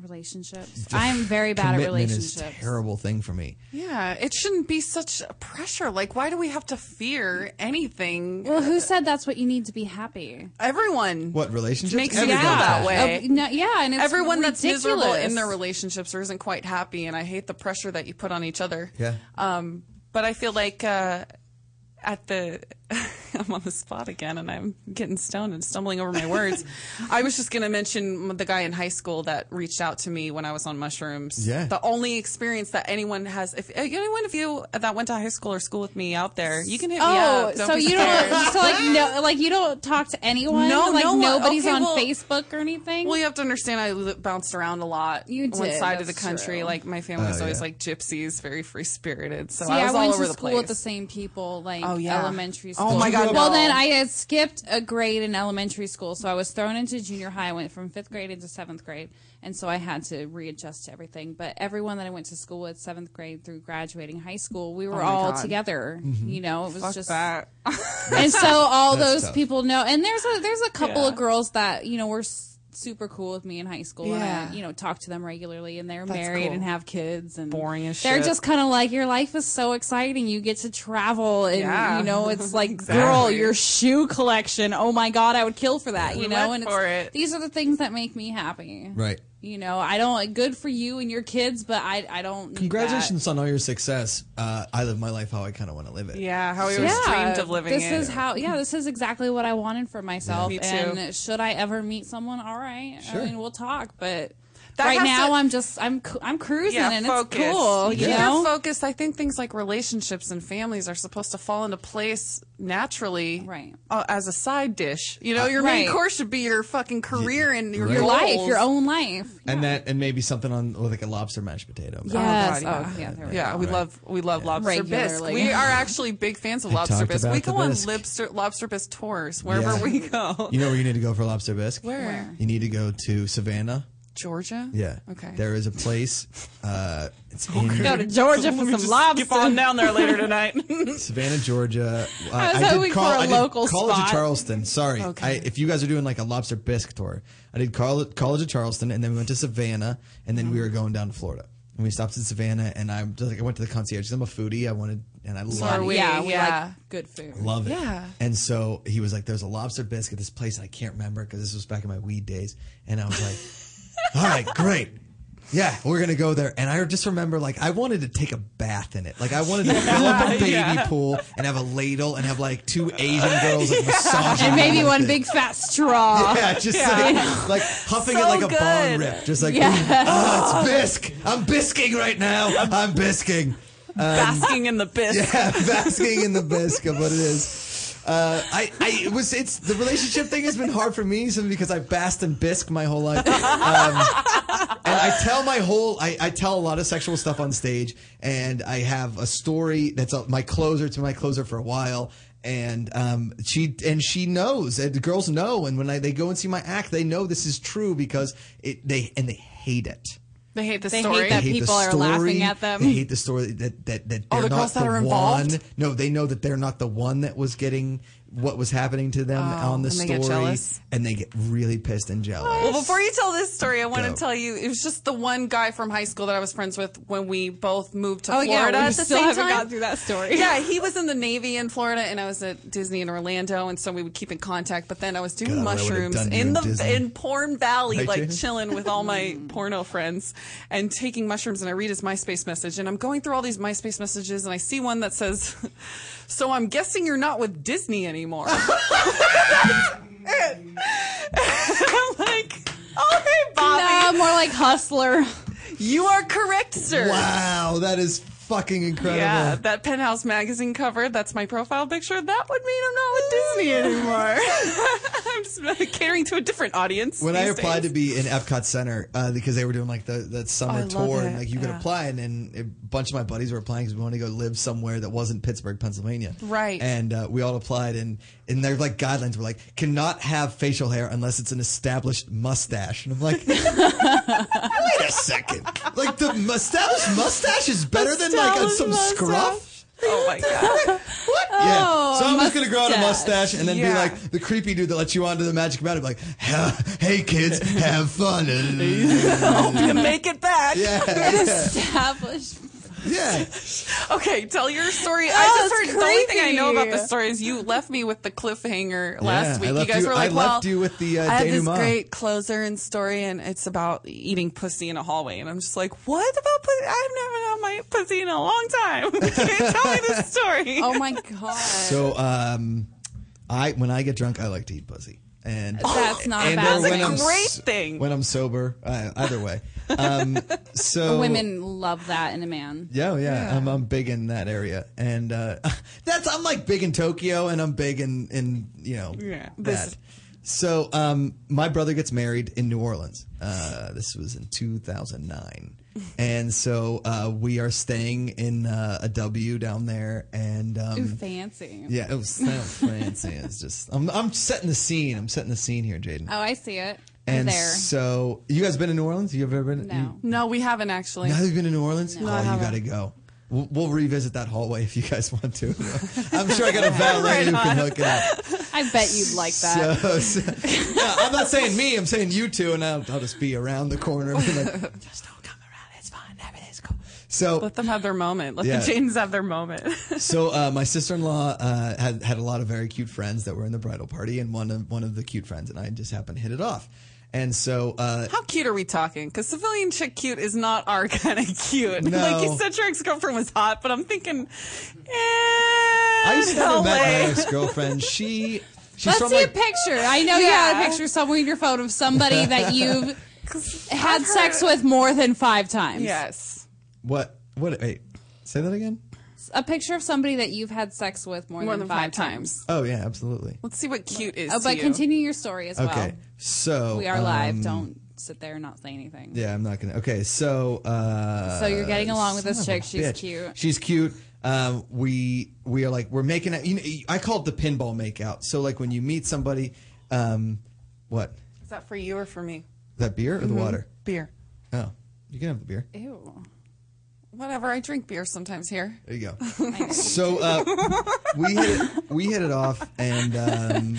Speaker 5: Relationships. I'm very bad at
Speaker 6: commitment is
Speaker 5: relationships.
Speaker 6: a terrible thing for me
Speaker 4: Yeah, it shouldn't be such a pressure. Like, why do we have to fear anything?
Speaker 5: Well, who said that's what you need to be happy?
Speaker 4: Everyone.
Speaker 6: what relationships
Speaker 4: Makes you feel
Speaker 6: Everybody's
Speaker 4: that
Speaker 6: bad.
Speaker 4: way.
Speaker 5: Oh, no, yeah, and it's
Speaker 4: everyone that's miserable
Speaker 5: ridiculous.
Speaker 4: in their relationships or isn't quite happy, and I hate the pressure that you put on each other.
Speaker 6: yeah
Speaker 4: Um, but I feel like uh, at the <laughs> I'm on the spot again and I'm getting stoned and stumbling over my
Speaker 5: <laughs>
Speaker 4: words. I was just going to mention the guy in high school that reached out to me when I was on mushrooms.
Speaker 12: Yeah.
Speaker 4: The only experience that anyone has, if anyone of you that went to high school or school with me out there, you can hit me
Speaker 5: Oh,
Speaker 4: up.
Speaker 5: so you don't <laughs> so like no like you don't talk to anyone?
Speaker 4: No,
Speaker 5: like
Speaker 4: no one-
Speaker 5: nobody's
Speaker 4: okay,
Speaker 5: on
Speaker 4: well-
Speaker 5: Facebook or anything.
Speaker 4: Well, you have to understand I li- bounced around a lot. You One
Speaker 5: did,
Speaker 4: side of the
Speaker 5: that's
Speaker 4: country.
Speaker 5: true.
Speaker 4: Like, my family was
Speaker 5: Oh,
Speaker 4: always
Speaker 5: yeah.
Speaker 4: like gypsies, very free spirited. So
Speaker 5: See,
Speaker 4: I was
Speaker 5: went
Speaker 4: all over
Speaker 5: to
Speaker 4: the
Speaker 5: school
Speaker 4: place.
Speaker 5: with the same people, like
Speaker 4: Oh, yeah.
Speaker 5: elementary
Speaker 4: Oh,
Speaker 5: school.
Speaker 4: my God,
Speaker 5: Well,
Speaker 4: no.
Speaker 5: then I had skipped a grade in elementary school, so I was thrown into junior high. I went from fifth grade into seventh grade, and so I had to readjust to everything. But everyone that I went to school with, seventh grade through graduating high school, we
Speaker 4: Oh,
Speaker 5: were
Speaker 4: my
Speaker 5: all
Speaker 4: God.
Speaker 5: together.
Speaker 4: Mhm.
Speaker 5: You know, it was
Speaker 4: Fuck
Speaker 5: just
Speaker 4: that.
Speaker 5: and so all
Speaker 4: That's
Speaker 5: those
Speaker 4: tough.
Speaker 5: people know. And there's a there's a couple
Speaker 4: Yeah.
Speaker 5: of girls that you know were s- super cool with me in high school, and
Speaker 4: Yeah.
Speaker 5: I, you know talk to them regularly, and they're
Speaker 4: That's
Speaker 5: married
Speaker 4: cool.
Speaker 5: and have kids, and
Speaker 4: boring as
Speaker 5: they're
Speaker 4: shit.
Speaker 5: just kind of like your life is so exciting. You get to travel, and
Speaker 4: Yeah.
Speaker 5: you
Speaker 4: <laughs>
Speaker 5: know it's like
Speaker 4: Exactly.
Speaker 5: girl, your shoe collection. Oh my god, I would kill for that.
Speaker 4: We
Speaker 5: You know,
Speaker 4: went
Speaker 5: and
Speaker 4: for
Speaker 5: it's,
Speaker 4: it.
Speaker 5: these are the things that make me happy.
Speaker 6: Right.
Speaker 5: You know, I don't. Good for you and your kids, but I I don't. need that.
Speaker 6: Congratulations on all your success. Uh, I live my life how I kind of want to live it.
Speaker 4: Yeah, how we
Speaker 6: So-
Speaker 4: always dreamed of living
Speaker 5: This
Speaker 4: it.
Speaker 5: is how. Yeah, this is exactly what I wanted for myself.
Speaker 4: Me too.
Speaker 5: And should I ever meet someone, all right.
Speaker 4: Sure.
Speaker 5: I mean, we'll talk. But
Speaker 4: That
Speaker 5: right
Speaker 4: has
Speaker 5: now,
Speaker 4: to-
Speaker 5: I'm just I'm cu- I'm cruising,
Speaker 4: yeah,
Speaker 5: and
Speaker 4: focus.
Speaker 5: it's cool. You
Speaker 4: Keep
Speaker 5: know,
Speaker 4: your focus. I think things like relationships and families are supposed to fall into place naturally, right? Uh, as a side dish,
Speaker 5: Uh,
Speaker 4: you know, your main
Speaker 5: Right.
Speaker 4: course should be your fucking career and your,
Speaker 5: your life,
Speaker 4: goals.
Speaker 5: your own life.
Speaker 6: And that, and maybe something on like a lobster mashed potato.
Speaker 5: Yes.
Speaker 4: God,
Speaker 5: Oh, yeah, there we
Speaker 4: yeah,
Speaker 5: go.
Speaker 4: we
Speaker 5: Right.
Speaker 4: love we love lobster bisque.
Speaker 5: Regularly.
Speaker 4: We are actually big fans of
Speaker 6: I
Speaker 4: lobster
Speaker 6: talked
Speaker 4: bisque. We
Speaker 6: about the
Speaker 4: go on
Speaker 6: bisque.
Speaker 4: lobster lobster bisque tours wherever
Speaker 6: Yeah.
Speaker 4: we
Speaker 5: <laughs>
Speaker 4: go.
Speaker 6: You know where you need to go for lobster bisque?
Speaker 4: Where? Where?
Speaker 6: You need to go to Savannah.
Speaker 4: Georgia.
Speaker 6: Yeah.
Speaker 4: Okay.
Speaker 5: <laughs>
Speaker 6: There is a place. Uh, it's in
Speaker 4: Go to Georgia for some lobster. Skip on down there later tonight.
Speaker 6: Savannah, Georgia. Uh,
Speaker 4: I was hoping for a
Speaker 6: I did
Speaker 4: local
Speaker 6: College
Speaker 4: spot.
Speaker 6: of Charleston. Sorry,
Speaker 4: Okay.
Speaker 6: I, if you guys are doing like a lobster bisque tour, I did Col- College of Charleston, and then we went to Savannah, and then we were going down to Florida. And we stopped in Savannah, and I'm just like I went to the concierge. 'cause I'm a foodie. I wanted, and I
Speaker 5: So
Speaker 6: love
Speaker 5: are
Speaker 6: it.
Speaker 5: we, yeah, we
Speaker 4: yeah.
Speaker 5: like good food.
Speaker 6: Love it.
Speaker 5: Yeah.
Speaker 6: And so he was like, "There's a lobster bisque at this place, and I can't remember because this was back in my weed days." And I was
Speaker 5: <laughs>
Speaker 6: like, "All right, great." Yeah, we're gonna go there, and I just remember like I wanted to take a bath in it. Like I wanted to fill up a baby
Speaker 5: Yeah.
Speaker 6: pool and have a ladle and have like two Asian girls like massaging
Speaker 5: and
Speaker 6: me
Speaker 5: maybe
Speaker 6: with
Speaker 5: one
Speaker 6: it.
Speaker 5: big fat straw.
Speaker 6: <laughs> Yeah, just like, like huffing
Speaker 5: So
Speaker 6: it like a
Speaker 5: good.
Speaker 6: bong rip, just like
Speaker 5: Yeah.
Speaker 6: ah, it's bisque. I'm bisking right now. I'm bisking. Um,
Speaker 4: Basking in the bisque.
Speaker 6: yeah, basking in the bisque of what it is. Uh, I, I it was it's the relationship thing has been hard for me simply because I basked in bisque my whole life. Um, and I tell my whole I, I tell a lot of sexual stuff on stage, and I have a story that's a, my closer to my closer for a while. And um, she and she knows, and the girls know, and when I, they go and see my act, they know this is true because it they and they hate it.
Speaker 4: They hate the
Speaker 5: They hate
Speaker 4: story.
Speaker 5: that
Speaker 6: They hate the
Speaker 5: people are laughing
Speaker 6: story.
Speaker 5: at them.
Speaker 6: They hate the story that that that
Speaker 4: Oh, the
Speaker 6: they're not
Speaker 4: girls
Speaker 6: the
Speaker 4: that are
Speaker 6: one.
Speaker 4: involved?
Speaker 6: No, they know that they're not the one that was getting what was happening to them
Speaker 4: Oh,
Speaker 6: on the
Speaker 4: and they
Speaker 6: story,
Speaker 4: get jealous?
Speaker 6: and they get really pissed and jealous.
Speaker 4: Well, before you tell this story, I want
Speaker 6: Go.
Speaker 4: to tell you it was just the one guy from high school that I was friends with when we both moved to
Speaker 5: Oh, yeah,
Speaker 4: Florida.
Speaker 5: we
Speaker 4: at the
Speaker 5: still
Speaker 4: same
Speaker 5: haven't
Speaker 4: time.
Speaker 5: gotten through that story.
Speaker 4: Yeah, he was in the Navy in Florida, and I was at Disney in Orlando, and so we would keep in contact. But then I was doing
Speaker 6: God, I would've
Speaker 4: mushrooms
Speaker 6: done you
Speaker 4: in
Speaker 6: in
Speaker 4: the
Speaker 6: Disney.
Speaker 4: in Porn Valley,
Speaker 6: Right,
Speaker 4: like
Speaker 6: Jason?
Speaker 4: chilling with all my porno friends and taking mushrooms. And I read his MySpace message, and I'm going through all these MySpace messages, and I see one that says, <laughs> "So I'm guessing you're not with Disney anymore." <laughs> I'm like, okay, Bobby.
Speaker 5: <laughs> No, more like hustler.
Speaker 4: You are correct, sir.
Speaker 6: Wow, that is fucking incredible.
Speaker 4: Yeah, that Penthouse magazine cover, that's my profile picture. That would mean I'm not with Disney
Speaker 6: <laughs>
Speaker 4: anymore. <laughs> I'm just catering to a different audience.
Speaker 6: When I
Speaker 4: these
Speaker 6: applied
Speaker 4: days.
Speaker 6: to be in Epcot Center uh, because they were doing like the that
Speaker 4: I
Speaker 6: summer
Speaker 4: love
Speaker 6: tour, and
Speaker 4: it,
Speaker 6: like you could
Speaker 4: yeah.
Speaker 6: apply, and then a bunch of my buddies were applying because we wanted to go live somewhere that wasn't Pittsburgh, Pennsylvania.
Speaker 4: Right.
Speaker 6: And uh, we all applied, and and their like guidelines were like cannot have facial hair unless it's an established mustache, and
Speaker 4: <laughs>
Speaker 6: I'm like, wait a second, like the established mustache is better than like a,
Speaker 4: Established
Speaker 6: some
Speaker 4: mustache.
Speaker 6: scruff.
Speaker 4: Oh my
Speaker 6: <laughs>
Speaker 4: god.
Speaker 6: what? Yeah.
Speaker 5: Oh,
Speaker 6: so I'm just gonna grow out a
Speaker 4: mustache.
Speaker 6: mustache and then be
Speaker 4: Yeah.
Speaker 6: like the creepy dude that lets you onto the Magic Mountain, be like, "Hey kids, have fun."
Speaker 5: <laughs>
Speaker 4: Hope you make it back.
Speaker 6: Yeah.
Speaker 4: It is-
Speaker 5: Established.
Speaker 6: yeah.
Speaker 4: Okay, tell your story.
Speaker 5: Oh,
Speaker 4: I just heard
Speaker 5: it's
Speaker 4: the only thing I
Speaker 5: creepy.
Speaker 4: know about the story is you left me with the cliffhanger
Speaker 6: Yeah, I
Speaker 4: last week. You
Speaker 6: left
Speaker 4: guys
Speaker 6: you-
Speaker 4: were
Speaker 6: I
Speaker 4: like,
Speaker 6: left
Speaker 4: "Well,
Speaker 6: you with the, uh,
Speaker 4: I had this
Speaker 6: denouement."
Speaker 4: great closer and story, and it's about eating pussy in a hallway." And I'm just like, "What about pussy? I've never had my <laughs>
Speaker 6: <laughs> Oh.
Speaker 4: pussy in a long time. Can't tell me this story."
Speaker 5: Oh my god.
Speaker 6: So um, I when I get drunk, I like to eat pussy. And
Speaker 5: That's not a
Speaker 6: and
Speaker 5: bad
Speaker 6: or
Speaker 5: thing.
Speaker 6: when I'm
Speaker 5: That's a great
Speaker 6: s-
Speaker 5: thing.
Speaker 6: When I'm sober, uh, either way.
Speaker 5: <laughs>
Speaker 6: Um, so
Speaker 5: Women love that in a man.
Speaker 6: Yeah, oh, yeah, I'm, I'm big in that area, and uh, <laughs> that's I'm like big in Tokyo, and I'm big in in you know
Speaker 4: Yeah, this-
Speaker 6: that. So um, my brother gets married in New Orleans. Uh, this was in 2009, and so uh, we are staying in uh, a W down there, and um,
Speaker 5: Ooh, fancy.
Speaker 6: Yeah, it was so fancy. It's just I'm I'm setting the scene. I'm setting the scene here, Jaden.
Speaker 5: Oh, I see it.
Speaker 6: and
Speaker 5: there.
Speaker 6: so you guys been in New Orleans? You ever been? you-
Speaker 4: No, we haven't actually.
Speaker 6: now you've been in New Orleans,
Speaker 4: No. No, I
Speaker 6: oh, you
Speaker 4: haven't.
Speaker 6: got to go. We'll, we'll revisit that hallway if you guys want to. I'm sure I got a valet
Speaker 5: Right
Speaker 6: who
Speaker 5: on.
Speaker 6: can hook it up.
Speaker 5: I bet you'd like that.
Speaker 6: So, so- no, I'm not saying me. I'm saying you two, and I'll, I'll just be around the corner. and be like, so
Speaker 4: <laughs> Let them have their moment. Let
Speaker 6: Yeah.
Speaker 4: the Janes have their <laughs> moment.
Speaker 6: so uh, my sister-in-law uh, had had a lot of very cute friends that were in the bridal party, and one of one of the cute friends and I just happened to hit it off. And so uh,
Speaker 4: How cute are we talking? Because civilian chick cute is not our <laughs> kind of cute.
Speaker 6: No.
Speaker 4: Like you said, your ex girlfriend was hot, but I'm thinking, eh, I
Speaker 6: used to have met
Speaker 4: LA.
Speaker 6: my ex-girlfriend. She she's
Speaker 5: Let's
Speaker 6: from
Speaker 5: see a
Speaker 6: like
Speaker 5: picture. I know you
Speaker 4: Yeah.
Speaker 5: had a picture somewhere in your phone of
Speaker 6: <laughs>
Speaker 5: somebody that you've had sex with more than five times.
Speaker 4: Yes.
Speaker 6: what what? Wait, say that again.
Speaker 5: A picture of somebody that you've had sex with more,
Speaker 4: More than
Speaker 5: than, five,
Speaker 4: five
Speaker 5: times.
Speaker 6: Oh yeah, absolutely.
Speaker 4: Let's see what cute is.
Speaker 5: Oh,
Speaker 4: to
Speaker 5: but
Speaker 4: you.
Speaker 5: continue your story as well.
Speaker 6: Okay, so
Speaker 5: we are live.
Speaker 6: um,
Speaker 5: Don't sit there and not say anything.
Speaker 6: Yeah, I'm not gonna. Okay, so uh,
Speaker 5: So you're getting along with this
Speaker 6: son
Speaker 5: chick.
Speaker 6: of a
Speaker 5: She's
Speaker 6: bitch.
Speaker 5: cute.
Speaker 6: She's cute. Um, we we are like we're making it. You know, I call it the pinball makeout. So like when you meet somebody, um, what
Speaker 4: Is that for you or for me?
Speaker 6: that beer
Speaker 5: Mm-hmm.
Speaker 6: or the water?
Speaker 4: Beer.
Speaker 6: Oh, you can have the beer.
Speaker 4: Ew. Whatever. I drink beer sometimes here.
Speaker 5: <laughs>
Speaker 6: There you
Speaker 5: Oh
Speaker 6: go. so uh, we hit it, we hit it off, and um,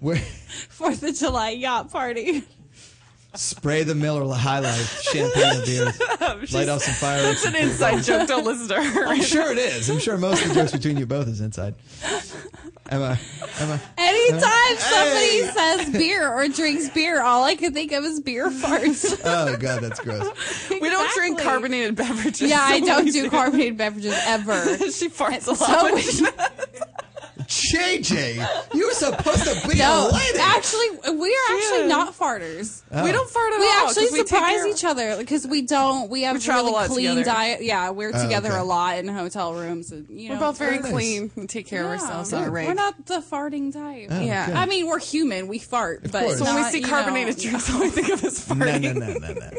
Speaker 6: we're <laughs>
Speaker 5: Fourth of July yacht party.
Speaker 6: spray the Miller High Life champagne and
Speaker 5: <laughs> Oh,
Speaker 6: beers, light off some fireworks.
Speaker 4: That's <laughs> an inside joke. Don't listen to her.
Speaker 6: I'm sure it is. I'm sure most of the jokes between you both is inside. Am I? Am I?
Speaker 5: Anytime somebody says beer or drinks beer, all I can think of is beer <laughs> farts.
Speaker 6: Oh god, that's
Speaker 4: <laughs>
Speaker 6: gross.
Speaker 4: We don't drink carbonated beverages.
Speaker 5: yeah,
Speaker 4: <laughs>
Speaker 5: I
Speaker 4: so
Speaker 5: don't
Speaker 4: we
Speaker 5: do carbonated beverages
Speaker 4: <laughs>
Speaker 5: ever.
Speaker 4: she farts a lot. <laughs>
Speaker 5: So
Speaker 4: when
Speaker 5: we-
Speaker 4: she-
Speaker 6: JJ, you were supposed to be
Speaker 5: no,
Speaker 6: a lady.
Speaker 5: actually, we are actually not farters.
Speaker 6: Oh. We don't
Speaker 4: fart at
Speaker 5: we
Speaker 4: all, 'cause
Speaker 5: actually
Speaker 4: we take
Speaker 5: surprise
Speaker 4: care-
Speaker 5: each other because we don't. We have
Speaker 4: We travel
Speaker 5: really
Speaker 4: a lot
Speaker 5: clean
Speaker 4: together.
Speaker 5: diet. Yeah, we're
Speaker 4: Oh,
Speaker 5: together
Speaker 4: okay.
Speaker 5: a lot in hotel rooms. And, you
Speaker 4: We're
Speaker 5: know,
Speaker 4: both very
Speaker 5: we're-
Speaker 4: clean. We take care of ourselves.
Speaker 5: Yeah.
Speaker 4: on a reg.
Speaker 5: We're not the farting type.
Speaker 4: Oh, Yeah. good.
Speaker 5: I mean, we're human. We fart, but
Speaker 4: So when we
Speaker 5: not,
Speaker 4: see
Speaker 5: you
Speaker 4: carbonated
Speaker 5: know,
Speaker 4: drinks, all we think <laughs> of is farting.
Speaker 6: no, no, no, no, no.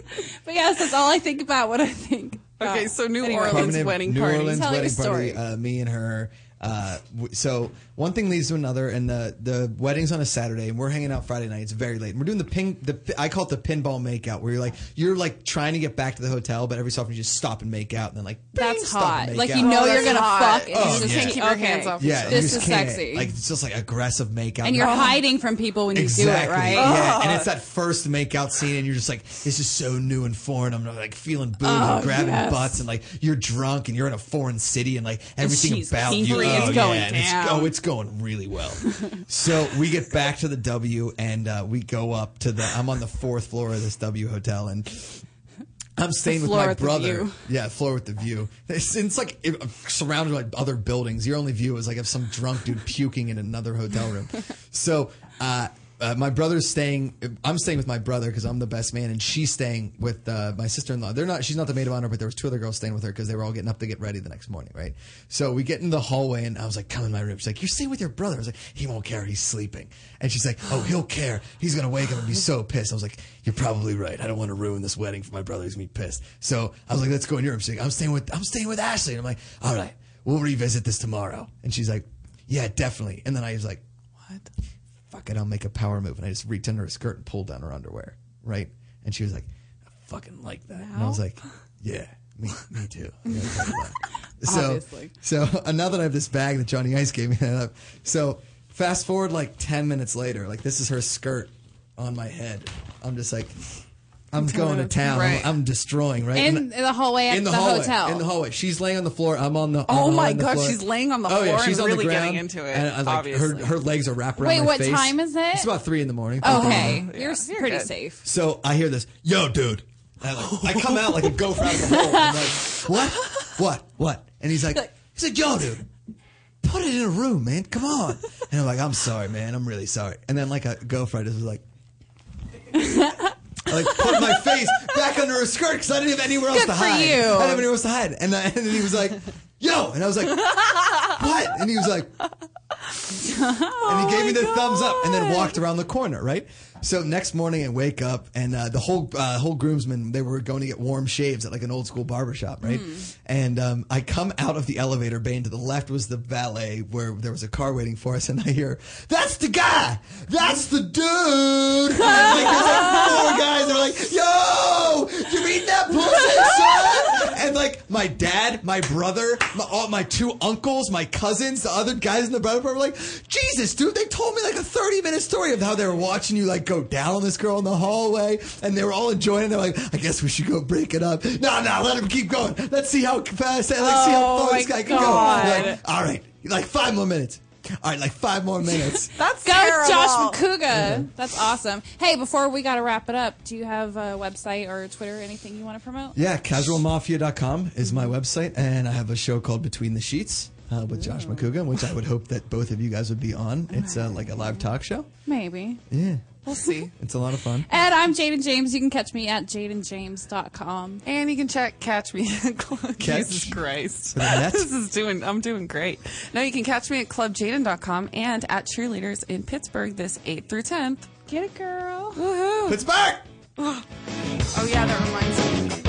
Speaker 5: But yes, that's all I think about when I think. about-
Speaker 4: Okay, so New
Speaker 5: Anyway.
Speaker 4: Orleans wedding
Speaker 6: New
Speaker 4: party.
Speaker 6: Orleans
Speaker 5: Tell your
Speaker 6: wedding party.
Speaker 5: story.
Speaker 6: Uh, me and her. Uh, w- so one thing leads to another, and the the wedding's on a Saturday, and we're hanging out Friday night. It's very late. And we're doing the ping. The pi- I call it the pinball makeout, where you're like you're like trying to get back to the hotel, but every so often you just stop and make out, and then like bing,
Speaker 5: That's
Speaker 6: stop
Speaker 5: hot.
Speaker 6: and make
Speaker 5: Like
Speaker 6: out.
Speaker 5: you know
Speaker 4: Oh,
Speaker 5: you're
Speaker 4: that's
Speaker 5: gonna
Speaker 4: hot.
Speaker 5: fuck. And
Speaker 4: Oh,
Speaker 5: you just
Speaker 4: yeah.
Speaker 5: keep
Speaker 4: Can't
Speaker 5: your
Speaker 4: keep your hands off
Speaker 6: Yeah, you
Speaker 5: this
Speaker 6: just
Speaker 5: is
Speaker 6: can't.
Speaker 5: sexy.
Speaker 6: Like it's just like aggressive makeout,
Speaker 5: and you're
Speaker 6: Oh.
Speaker 5: hiding from people when
Speaker 6: Exactly.
Speaker 5: you do it, right? Oh.
Speaker 6: Yeah, and it's that first makeout scene, and you're just like, "This is so new and foreign." I'm like feeling boob
Speaker 5: Oh,
Speaker 6: and grabbing
Speaker 5: yes.
Speaker 6: butts, and like you're drunk, and you're in a foreign city, and like everything
Speaker 5: she's
Speaker 6: about you,
Speaker 5: angry, it's
Speaker 6: oh,
Speaker 5: going
Speaker 6: yeah, and it's-
Speaker 5: down.
Speaker 6: oh, it's going
Speaker 5: <laughs>
Speaker 6: really well. so we get back to the W, and uh, we go up to the. I'm on the fourth floor of this W hotel, and. I'm staying with
Speaker 4: floor
Speaker 6: my
Speaker 4: with the
Speaker 6: brother.
Speaker 4: view.
Speaker 6: <laughs> Yeah, floor with the view. It's, it's like if- surrounded by other buildings. Your only view is like of some drunk dude puking in another hotel
Speaker 4: <laughs>
Speaker 6: room. So, uh, uh, my brother's staying. I'm staying with my brother because I'm the best man, and she's staying with uh, my sister-in-law. They're not. She's not the maid of honor, but there was two other girls staying with her because they were all getting up to get ready the next morning, right? So we get in the hallway, and I was like, "Come in my room." She's like, "You're staying with your brother." I was like, "He won't care. He's sleeping." And she's like, "Oh, he'll care. He's gonna wake up and be so pissed." I was like, "You're probably right. I don't want to ruin this wedding for my brother. He's gonna be pissed." So I was like, "Let's go in your room." She's like, "I'm staying with. I'm staying with Ashley." And I'm like, "All right, we'll revisit this tomorrow." And she's like, "Yeah, definitely." And then I was like fuck it, I'll make a power move. And I just reached under her skirt and pulled down her underwear, right? And she was like, I fucking like that. And I was like, yeah, me, me too. I gotta tell you that. so,
Speaker 12: Obviously.
Speaker 6: so <laughs> uh, now that I have this bag that Johnny Ice gave me, <laughs> so fast forward like 10 minutes later, like this is her skirt on my head. I'm just like, I'm going to town. I'm-
Speaker 5: Right.
Speaker 6: I'm, destroying, right?
Speaker 5: In,
Speaker 6: And-
Speaker 5: the hallway at
Speaker 6: in
Speaker 5: the,
Speaker 6: the, hallway,
Speaker 5: hotel.
Speaker 6: In the hallway. She's laying on the floor. I'm on the.
Speaker 4: Oh
Speaker 6: I'm
Speaker 4: my
Speaker 6: on the
Speaker 4: gosh,
Speaker 6: floor.
Speaker 4: she's laying on the
Speaker 6: Oh yeah,
Speaker 4: floor
Speaker 6: she's
Speaker 4: and
Speaker 6: on
Speaker 4: really
Speaker 6: the ground,
Speaker 4: getting into it,
Speaker 6: And, uh, like,
Speaker 4: obviously.
Speaker 6: her her legs are wrapped around
Speaker 5: Wait,
Speaker 6: my
Speaker 5: what
Speaker 6: face.
Speaker 5: time is it?
Speaker 6: It's about three in the morning.
Speaker 5: Okay,
Speaker 6: Uh-huh.
Speaker 5: you're s- pretty safe.
Speaker 6: So I hear this, yo, dude. I, like, I come
Speaker 12: <laughs>
Speaker 6: out like a gopher out of the hole. I'm like, what? What? What? And he's like, he's like, yo, dude. put it in a room, man. Come on. And I'm like, I'm sorry, man. I'm really sorry. And then like a girlfriend was like, I, like put my face back under her skirt because I didn't have anywhere else
Speaker 12: Good
Speaker 6: to
Speaker 12: for
Speaker 6: hide.
Speaker 12: you.
Speaker 6: I didn't have anywhere else to hide. And, I, and then he was like, yo. And I was like, what? And he was like, and he gave me the thumbs up and then walked around the corner, right? So next morning I wake up and uh, the whole uh, whole groomsmen they were going to get warm shaves at like an old school barber shop, right?
Speaker 12: Mm.
Speaker 6: And um, I come out of the elevator bay and to the left was the valet where there was a car waiting for us and I hear, "That's the guy. That's the dude." And then, like, there's like four guys that are like, "Yo, you eat that pussy, son?" And like my dad, my brother, my, all, my two uncles, my cousins, the other guys in the brother part were like, Jesus, dude, they told me like a 30 minute story of how they were watching you like go down on this girl in the hallway and they were all enjoying it. They're like, I guess we should go break it up. No, no, let him keep going. Let's see how fast, let's see how
Speaker 12: Oh,
Speaker 6: far
Speaker 12: my
Speaker 6: this guy can
Speaker 12: God.
Speaker 6: go. Like, all right, like five more minutes. All right, like five more minutes.
Speaker 5: That's Go
Speaker 12: terrible.
Speaker 5: Josh McCuga.
Speaker 6: Mhm.
Speaker 5: That's awesome. Hey, before we got to wrap it up, do you have a website or Twitter, anything you want to promote?
Speaker 6: Yeah, casualmafia.com is my website, and I have a show called Between the Sheets uh, with Josh McCougan, which I would hope that both of you guys would be on. It's uh, like a live talk show.
Speaker 5: Maybe.
Speaker 6: Yeah,
Speaker 5: We'll see.
Speaker 6: it's a lot of fun.
Speaker 5: And I'm Jaden James. You can catch me at jadenjames.com.
Speaker 4: And you can check catch me at Club <laughs>
Speaker 6: Catch
Speaker 4: Jesus Christ.
Speaker 6: with an S?
Speaker 4: This is doing I'm doing great. Now you can catch me at clubjaden.com and at cheerleaders in Pittsburgh this 8th through 10th.
Speaker 5: Get it, girl.
Speaker 4: Woohoo.
Speaker 6: Pittsburgh!
Speaker 4: Oh yeah, that reminds me.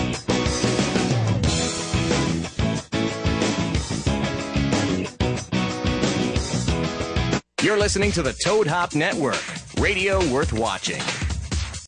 Speaker 1: You're listening to the Toad Hop Network, radio worth watching.